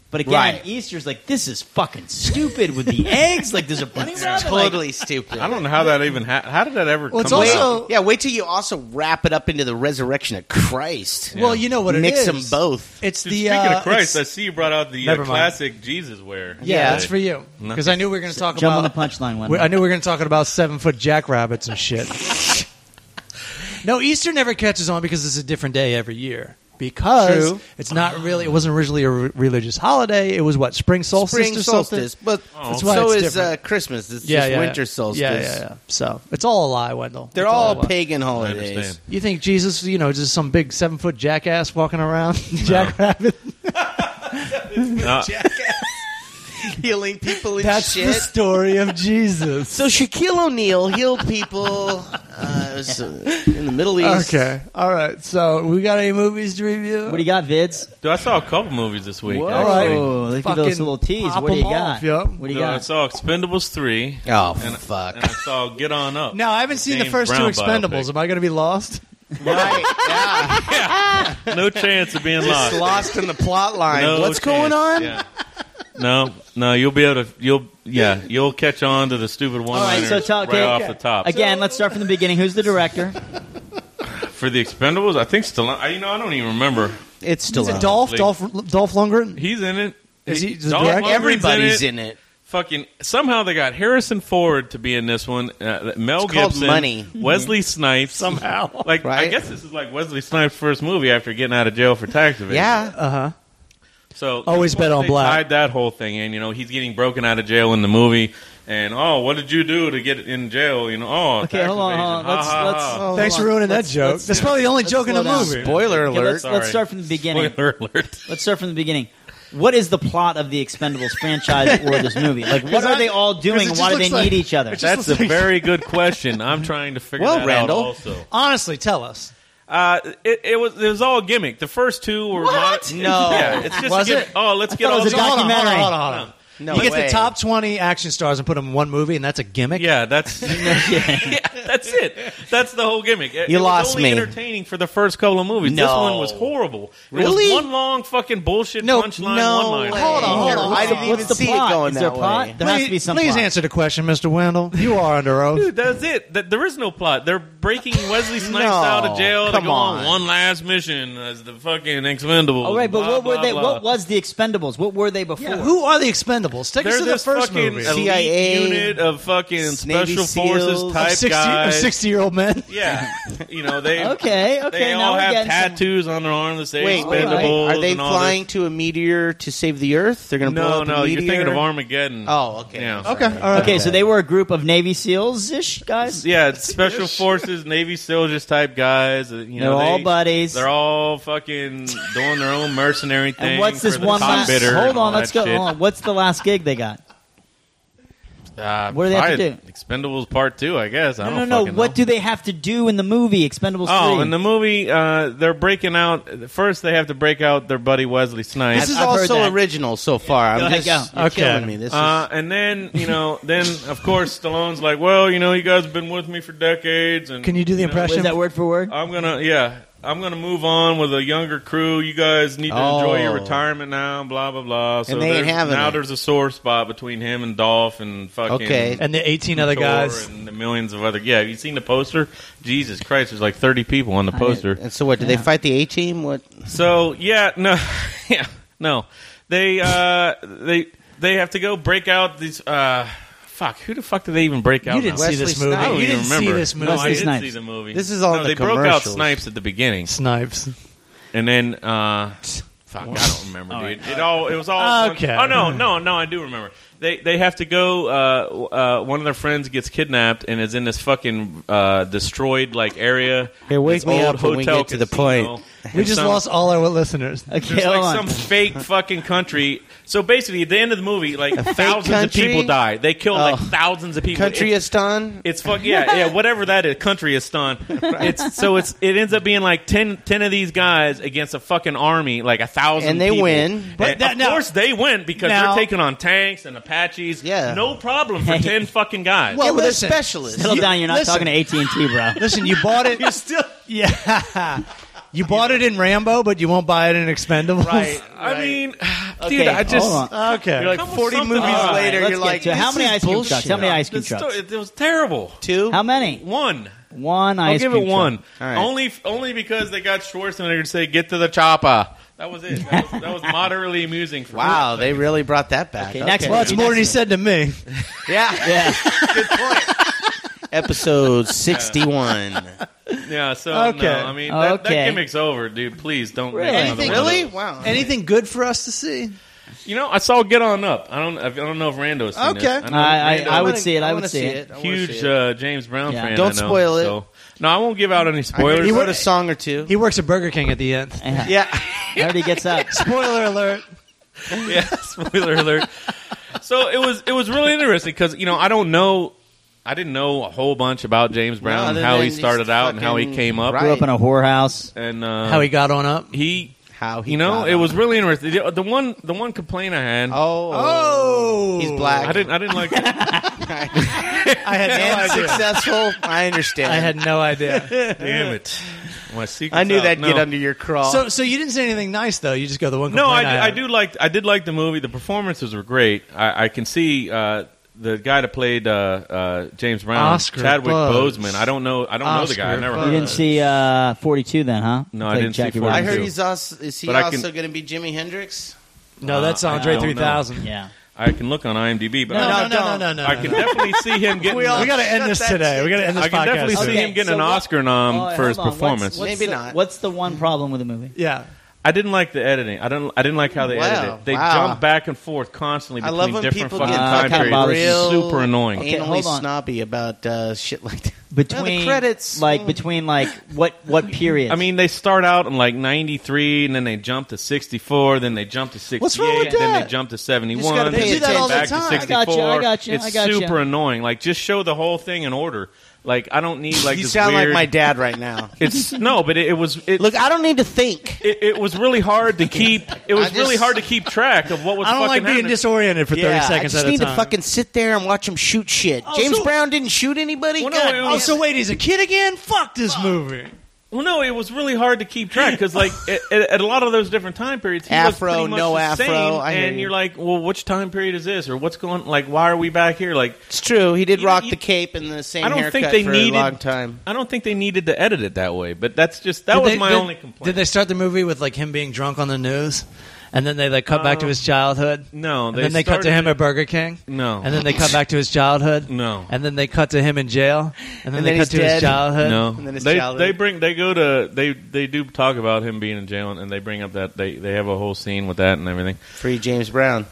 But again, Right. Easter's like this is fucking stupid with the eggs. Like there's a bunny rabbit. like- Totally stupid. I don't know how that even. Ha- how did that ever? Well, it's come Wait, also- about? yeah, wait till you also wrap it up into the resurrection of Christ. Well, you know what it Mix is. them both. It's Dude, the speaking uh, of Christ, I it's- see you brought out the Never uh, mind. classic Jesus wear. yeah, Yeah. that's for you because I knew we were going to talk jump about on the punchline one. We- I knew we were going to talk about seven foot jackrabbits and shit. no, Easter never catches on because it's a different day every year. Because True. it's not really, it wasn't originally a re- religious holiday. It was what spring solstice Spring or something. solstice, but That's why so it's is uh, different. Christmas. It's Yeah, just yeah, winter yeah. solstice. Yeah, yeah, yeah. So it's all a lie, Wendell. They're It's all a lie. pagan I holidays. understand. You think Jesus, you know, just some big seven foot jackass walking around, jackrabbit? Uh, Healing people and That's shit. the story of Jesus. so Shaquille O'Neal healed people uh, it was, uh, in the Middle East. okay, all right. So we got any movies to review? What do you got, Vids? dude, I saw a couple movies this week. Whoa, actually. they give us a little tease. Fucking What do you pop 'em got? off, yo. What do you Dude, I got? saw Expendables three, Oh and, fuck! and I saw Get On Up. No, I haven't seen the James first Brown two biopic. Expendables. Am I going to be lost? right, yeah, no chance of being just lost. lost in the plot line. No What's chance. going on? Yeah. No, no, you'll be able to. You'll yeah, you'll catch on to the stupid one right, liners so tell- right okay, off okay. the top. Again, let's start from the beginning. Who's the director? For the Expendables, I think Stallone. I, you know, I don't even remember. It's still Is it on. Dolph? League. Dolph? Dolph Lundgren? He's in it. Is he the Dolph director? Lundgren's Everybody's in it. in it. Fucking somehow they got Harrison Ford to be in this one. Uh, Mel It's called Gibson, Money. Wesley Snipes. Somehow, like I Right? guess this is like Wesley Snipes' first movie after getting out of jail for tax evasion. Yeah, Uh huh. So Always bet on they black. Tied that whole thing in. You know, he's getting broken out of jail in the movie, and oh, what did you do to get in jail? You know, oh, Okay, tax hold on, hold on. evasion. Ha, Let's- ha, let's- ha. hold Thanks on. for ruining Let's- that joke. let's- That's probably the only let's joke in the slow down. movie. spoiler Okay, alert. let's, let's Sorry. start from the beginning. Spoiler alert. Let's start from the beginning. what is the plot of the Expendables franchise or this movie? Like, what are they all doing? it and just Why do they looks like- need each other? it just That's a very good question. I'm trying to figure Well, that Randall. out also. Honestly, tell us. Uh, it, it was it was all a gimmick. The first two were What? mon- No. yeah, it's just Was a gimmick. it? Oh, let's get thought it all was these. a doc- Hold on, hold on, documentary. hold on, hold on. No you get way. the top 20 action stars and put them in one movie, and that's a gimmick? yeah, that's yeah, that's it. That's the whole gimmick. It, You it lost was only me. Entertaining for the first couple of movies. This No. one was horrible. It was Really? one long fucking bullshit No, punchline. no one way. line. Hold on, hold on. I What's the- didn't what's even the see it plot? going Is there that a plot? way. There has to be Please, some please plot. answer the question, Mr. Wendell. You are under oath. Dude, that's it. That, there is no plot. They're breaking Wesley Snipes No, out of jail to come go on. on. one last mission as the fucking Expendables. All right, but blah, what were blah, they? blah. What was the Expendables? What were they before? Yeah, who are the Expendables? Take us They're to the this first fucking movie. elite CIA, unit of fucking Navy special SEALs. forces type of guys. 60 year old men. Yeah, you know they. Okay, okay, They now all we're have getting some- tattoos on their arm that say Wait, Expendables. wait, wait. Are they and all flying to a meteor to save the Earth? They're going This. to blow No, up no, a you're meteor. thinking of Armageddon. Oh, okay. Yeah. Sorry. Okay, so they were a group of Navy SEALs ish guys. Yeah, it's special forces, Navy soldiers type guys. uh, You They're know, all they- buddies. They're all fucking doing their own mercenary thing. and what's for this the one top last? bidder and Hold all on, let's that go. shit. Hold on. What's the last gig they got? Uh, What do they have to probably Expendables Part Two, I guess. I No, no, don't no. fucking What know. do they have to do in the movie Expendables Oh, 3? in the movie, uh, they're breaking out. First, they have to break out their buddy Wesley Snipes. This is I've all heard so that. original so far. I'm Go ahead, just go. You're Okay. killing me. This Uh, and then you know, then of course Stallone's like, "Well, you know, you guys have been with me for decades, and Can you do the know, What is impression? that word for word? I'm gonna, yeah, I'm gonna move on with a younger crew. You guys need to enjoy your Oh. retirement now, blah blah blah." So And they ain't there's- having now. it. There's a sore spot between him and Dolph and fucking Okay. and the 18 other Thor guys. and the millions of other. Yeah, have you seen the poster? Jesus Christ, there's like 30 people on the is, poster. and so what? Did they fight the A team? What? So yeah, no, yeah, no. They uh, they they have to go break out these. Uh, fuck, who the fuck did they even break out? You didn't now? see this Wesley movie. Snipes. I I don't you even didn't remember. see this movie. No, I didn't Snipes. see the movie. This is all no, in the they broke out commercials. Snipes at the beginning, Snipes. and then uh, fuck, I don't remember, dude. It all it was all Okay. Oh no, no, no, I do remember. They they have to go. Uh, uh, one of their friends gets kidnapped and is in this fucking uh, destroyed like area. Here, wake This me old up when we hotel get to the casino. point. We And just some- lost all our listeners. Okay, there's hold like on. some fake fucking country. So basically, at the end of the movie, like thousands of country? people die. They kill like Oh. thousands of people. Country It's- Istan? it's fuck yeah yeah whatever that is country is done it's so it's it ends up being like 10, 10 of these guys against a fucking army like a thousand And they people. win. but But that- of now- course they win because Now- they're taking on tanks and apaches Yeah. no problem for 10 fucking guys Well, but they're listen. specialists. Settle down. You're not listen. talking to AT and T, bro. Listen, you bought it. you're still yeah. You bought it in Rambo, but you won't buy it in Expendables. I mean dude Okay, I just hold on. Okay. You're like Come with 40 something. movies All right, later let's Let's you're get like, to it. how this many is ice cream bullshit. trucks? How many ice the cream trucks? story, it was terrible Two. How many? one One I'll ice give it cream one. truck. All right. Only only because they got Schwarzenegger to say "Get to the chopper." That was it. That was, that was moderately amusing. For me. Wow, they really brought that back. Okay, next well, it's Next more than he one. said to me. Yeah. Yeah. Episode 61. Yeah. So Okay. no, I mean that, Okay. that gimmick's over, dude. Please don't. make Really? another one. really? Wow. Anything good for us to see? You know, I saw Get On Up. I don't. I don't know if Rando's seen Okay. it. know I- I- Rando's I a would see it, I would wanna see it. I wanna Huge see it. uh, James Brown Yeah. fan. Don't I know, spoil it. so- No, I won't give out I any heard spoilers. he wrote a song or two. He works at Burger King at the end. yeah. yeah. I heard he gets up. Spoiler alert. yeah, spoiler alert. So it was it was really interesting because you know I don't know I didn't know a whole bunch about James Brown other and how than he started he's out and how he fucking came up Grew right. up in a whorehouse. and uh, How he got on up. he How he you know got it on. was really interesting. The, the one the one complaint I had Oh. Oh, He's black. I didn't I didn't like I had no and idea. successful. I understand. I had no idea. damn it my secret I knew that'd no. get under your craw. So, so you didn't say anything nice though. You just go the one. No, I, complaint d- I had. do like I did like the movie. The performances were great. I, I can see uh, the guy that played uh, uh, James Brown, Oscar Chadwick Bugs. Boseman. I don't know. I don't know the guy. I Oscar never Bugs. You heard. of him. didn't see uh, 42 then, huh? No, I Played didn't see Jackie 42. Robinson. I heard too. he's also. Is he But I can- also going to be Jimi Hendrix? No, that's Uh, I Andre don't three thousand. Yeah. I can look on IMDb, but No, no, no, no, I, don't. no, no. I no, can no. definitely see him getting. We got to end Shut this that today. shit We got to end this I podcast. can definitely Okay, see him getting so an what- Oscar nom Oh, for his hold on. What's- performance. What's, Maybe the, not. What's the one problem with the movie? Yeah, I didn't like the editing. I didn't. I didn't like how they Wow, edited. it. They wow. jump back and forth constantly I between love when different people fucking get time fucking periods. It's real- super annoying. Okay, anally hold on. snobby about uh, shit like that. between Yeah, the credits, like mm. between like what what period? I mean, they start out in like '93, and then they jump to '64, then they jump to '68, What's wrong with then that? they jump to You just gotta '71. pay They attention. jump back I to got you, I 64. got you, I It's got you. super annoying. Like, just show the whole thing in order. Like, I don't need like you this sound weird, like my dad right now. It's no, but it, it was it, Look, I don't need to think. it, it was really hard to keep. It was I just- really hard to keep track of what was. I don't fucking like being happening. disoriented for 30 Yeah, I seconds just at a need time. to fucking sit there and watch him shoot shit. Oh, James so- Brown didn't shoot anybody. Well, no, God, it oh, was- so wait, he's a kid again? Fuck this movie. Well, no, it was really hard to keep track because, like, at, at- at a lot of those different time periods, he Afro, was pretty much no the afro, same, I hear and you. are like, well, which time period is this, or what's going? Like, why are we back here? Like, it's true. He did You- rock you- the cape and the same I don't haircut think they for needed a long time. I don't think they needed to edit it that way, but that's just that Did was they- my did- only complaint. Did they start the movie with like him being drunk on the news, and then they like cut back to his childhood? no, and Uh, they then they cut to started him it- at Burger King. No. and then they cut back to his childhood. No. and then they cut to him in jail. And then And they then cut he's to his dead. childhood. No, And then his they childhood. they bring they go to they they do talk about him being in jail, and they bring up that they they have a whole scene with that and everything. Free James Brown.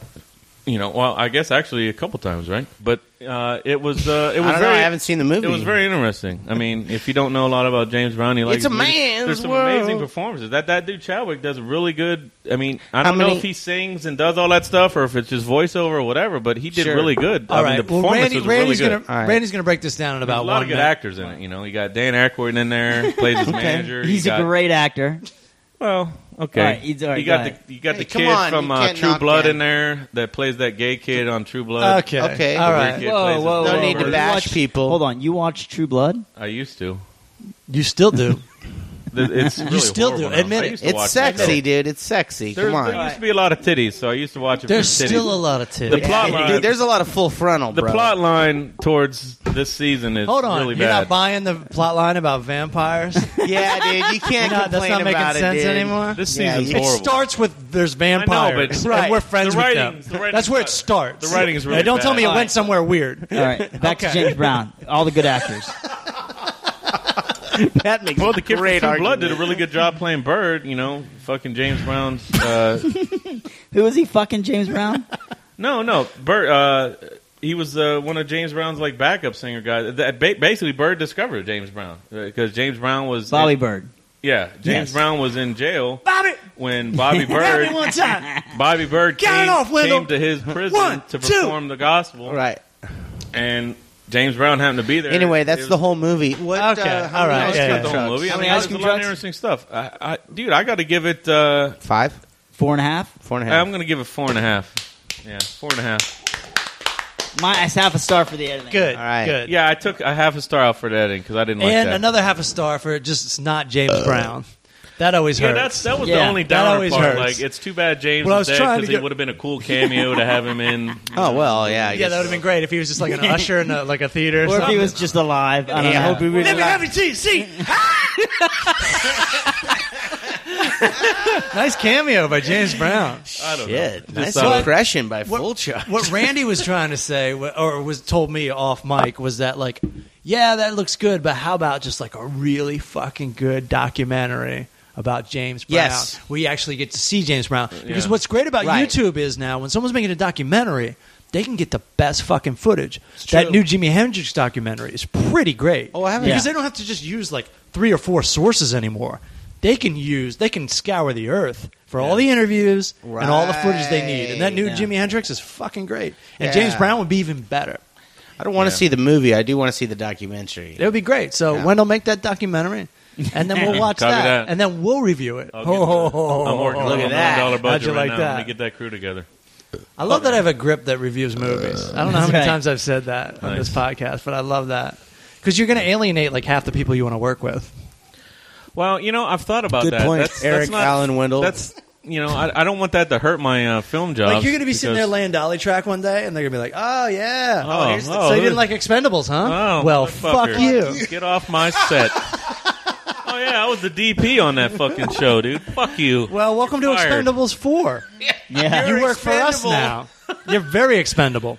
You know, well, I guess actually a couple times, right? But uh, it was uh, it was I don't very. know. I haven't seen the movie. It was very interesting. I mean, if you don't know a lot about James Brown, you like It's a his music. man's There's some world. amazing performances. That that dude Chadwick does really good. I mean, I How don't know many- if he sings and does all that stuff or if it's just voiceover or whatever, but he did Sure. really good. All I right. mean, the well, performance Randy, was Randy's really gonna good. All right. Randy's gonna break this down in There's a about lot one of good minute. actors in it. You know, you got Dan Aykroyd in there, plays his manager. You he's a got- great actor. Well, okay. All right, he's- all right, you go got ahead. the you got Hey, the come kid on, from you uh, can't True knock Blood Dan. in there that plays that gay kid on True Blood. Okay. Okay. All The right. weird kid plays his No brother. need to bash watch, people. Hold on, you watch True Blood? I used to. You still do. Th- It's really still horrible do. now. Admit I it. used to It's watch that sexy, show. dude. It's sexy. There's- Come on. There used to be a lot of titties, so I used to watch it. There's for titties. still a lot of the titties. plot line. Dude, there's a lot of full frontal, the bro. plot line towards this season is Hold on, really you're bad. not buying the plot line about vampires. Yeah, dude, you You're can't not- that's complain not making about it, sense dude. anymore. this Yeah, season's you- It horrible. starts with there's vampires, but- and we're friends The writing- with the them. writing- That's where it starts. the writing is really Hey, don't tell bad. me it All right. went somewhere weird. All right, back to Okay. James Brown. All the good actors. That makes Well, the kid great from True argument. Blood did a really good job playing Bird. You know, fucking James Brown's. Uh, Who is he fucking James Brown? no, no, Bird. Uh, he was uh, one of James Brown's like backup singer guys. That ba- basically, Bird discovered James Brown because James Brown was Bobby Bird. Yeah, James Yes. Brown was in jail Bobby, when Bobby grab me Bird. one time. Bobby Bird Get it came, off, Wendell. came to his prison One, to two. perform the gospel, Right. and James Brown happened to be there. Anyway, It that's was- the whole movie. What, Okay, uh, how all many right, ice yeah, cream yeah. the whole trucks? movie. How I many mean, there's ice a cream lot of trucks? interesting stuff. I, I, dude, I got to give it. Uh, Five, Four and a half. four and a half. I'm going to give it four and a half. Yeah, four and a half. My, it's half a star for the editing. Good, All right. good. Yeah, I took a half a star out for that because I didn't like and that. another half a star for just it's not James Brown. That always yeah, hurts. that's that was the Yeah, only that downer always part. hurts. Like, it's too bad James Well, I was was there trying to because it get- would have been a cool cameo to have him in. Oh well, yeah. I yeah, guess. that would have been great if he was just like an usher in a, like a theater. Or, Or if something. he was just alive. I don't Yeah, I know. hope he was Let me alive. have it, see, see. nice cameo by James Brown. I don't know. Shit, nice Just, uh, impression by What- Fulcher. What Randy was trying to say, wh- or was told me off mic, was that like, yeah, that looks good, but how about just like a really fucking good documentary about James Brown? Yes. We actually get to see James Brown. Because Yeah. what's great about Right. YouTube is now when someone's making a documentary, they can get the best fucking footage. true. That new Jimi Hendrix documentary is pretty great. Oh, I haven't- Because Yeah. they don't have to just use like three or four sources anymore. They can use, they can scour the earth for all the interviews and all the footage they need. And that new Right. Jimi Hendrix is fucking great. And Yeah. James Brown would be even better. I don't want to Yeah. see the movie. I do want to see the documentary. It would be great. So Yeah. Wendell, make that documentary, and then we'll watch Copy that, that. and then we'll review it. I'll get Oh, that. I'm working on look a at million that. dollar How'd budget you right like now. that? Let me get that crew together. I love that I have a grip that reviews movies. I don't know how many Right. times I've said that on Uh, Nice. this podcast, but I love that because you're going to alienate like half the people you want to work with. Well, you know, I've thought about Good that. point, That's, Eric that's not, Allen Wendell. That's you know, I, I don't want that to hurt my uh, film job. Like you're going to be sitting there laying dolly track one day, and they're going to be like, "Oh yeah, Oh, here's the- so you oh, didn't like Expendables, huh? Oh, well, fuck motherfucker. you." Get off my set. oh yeah, I was the DP on that fucking show, dude. Fuck you. Well, welcome to You're fired. Expendables Four. Yeah. you work for us expendable. now. You're very expendable.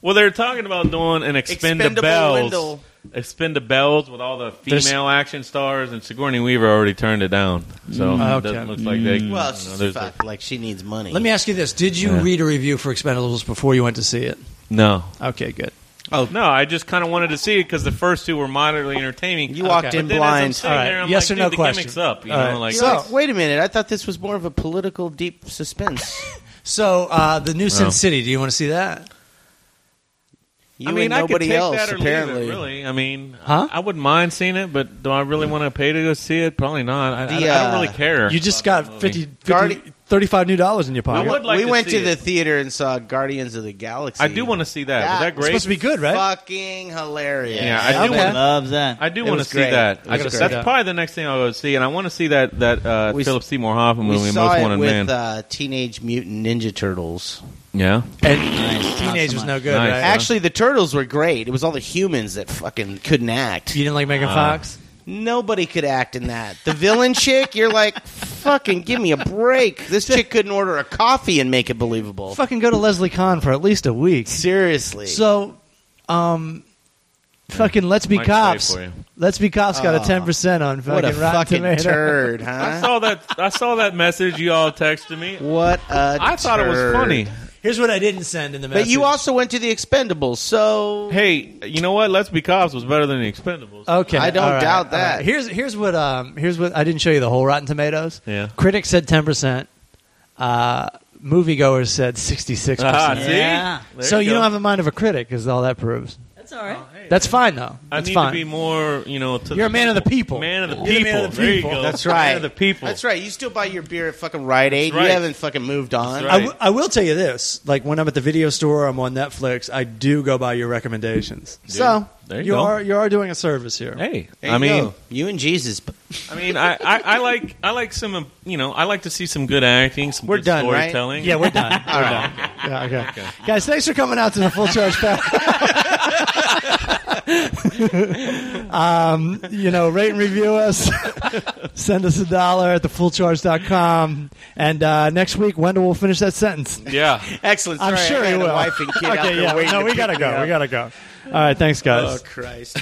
Well, they're talking about doing an Expendable Expendables Wendell. Expendables with all the female There's- action stars, and Sigourney Weaver already turned it down. So it Mm, Okay. doesn't look like they. Well, you know, she's there's a- fuck. Like she needs money. Let me ask you this: Did you Yeah. read a review for Expendables before you went to see it? no, Okay, good. Oh. no. I just kind of wanted to see it because the first two were moderately entertaining. You walked Okay. in But then as I'm blind. sitting All right. there, I'm Yes like, or no dude, the question. gimmick's up. You All know, right. like So- Like, wait a minute. I thought this was more of a political deep suspense. So uh, the new Sin Wow. City. Do you want to see that? You I mean, and I could nobody take else, that or apparently. leave it, really, I mean, Huh? I wouldn't mind seeing it, but do I really want to pay to go see it? Probably not. I, I- The, I don't uh, really care. You just got 50, 50 Guardi- 35 new dollars in your pocket. I would like we to went see to the it. theater and saw Guardians of the Galaxy. I do want to see that. Was that That was great? supposed to be good, right? Fucking hilarious. Yeah, I do Okay. want. Loves that. I do It want to was see great. that. It I was just- great. that's Yeah. probably the next thing I'll go see, and I want to see that that uh, We s- Philip Seymour Hoffman We movie, saw Most it Wanted with Man. uh, Teenage Mutant Ninja Turtles. yeah, and Nice. Teenage was no good, Nice. right? Actually, the turtles were great. It was all the humans that fucking couldn't act. You didn't like Uh, Megan Fox? Nobody could act in that. The villain chick, you're like, fucking give me a break. This chick couldn't order a coffee and make it believable. Fucking go to Leslie Kahn for at least a week. Seriously. So, um, fucking Let's Be Mike's Cops. safe for you. Let's Be Cops got a Oh, ten percent on fucking what a Rotten fucking Tomatoes. turd, I huh? saw that. I saw that message you all texted me. What a I thought it was turd. funny. Here's what I didn't send in the message. But you also went to the Expendables, so Hey, you know what? Let's Be Cops was better than The Expendables. Okay, I don't all right, doubt all that. right. Here's here's what um here's what I didn't show you the whole Rotten Tomatoes. Yeah. critics said ten percent. Uh, moviegoers said sixty six Ah, percent. see? Yeah. There So you go. don't have the mind of a critic, is all that proves. That's all Oh, right. That's fine though. I That's need fine. to be more, you know. To You're a man of the people. Man of the You're the people. man of the there you people. go. That's Man right. of the people. That's right. You still buy your beer at fucking Rite Aid. right. You haven't fucking moved on. That's I, right. w- I will tell you this: like when I'm at the video store, or I'm on Netflix. I do go by your recommendations. So There you you go. are you are doing a service here. Hey, There I you mean, go. you and Jesus. but- I mean, I, I, I like, I like some, um, you know, I like to see some good acting, some We're good done, right? storytelling. Yeah, we're done. All right. Yeah, okay. Guys, thanks for coming out to the full charge pack. um, you know, rate and review us. Send us a dollar at thefullcharge.com. And uh, next week, Wendell will finish that sentence. yeah. Excellent. I'm Sorry, sure I he had a will. Wife and kid out okay, there yeah. waiting No, to we pick gotta me go. up. We gotta go. All right, thanks, guys. Oh Christ.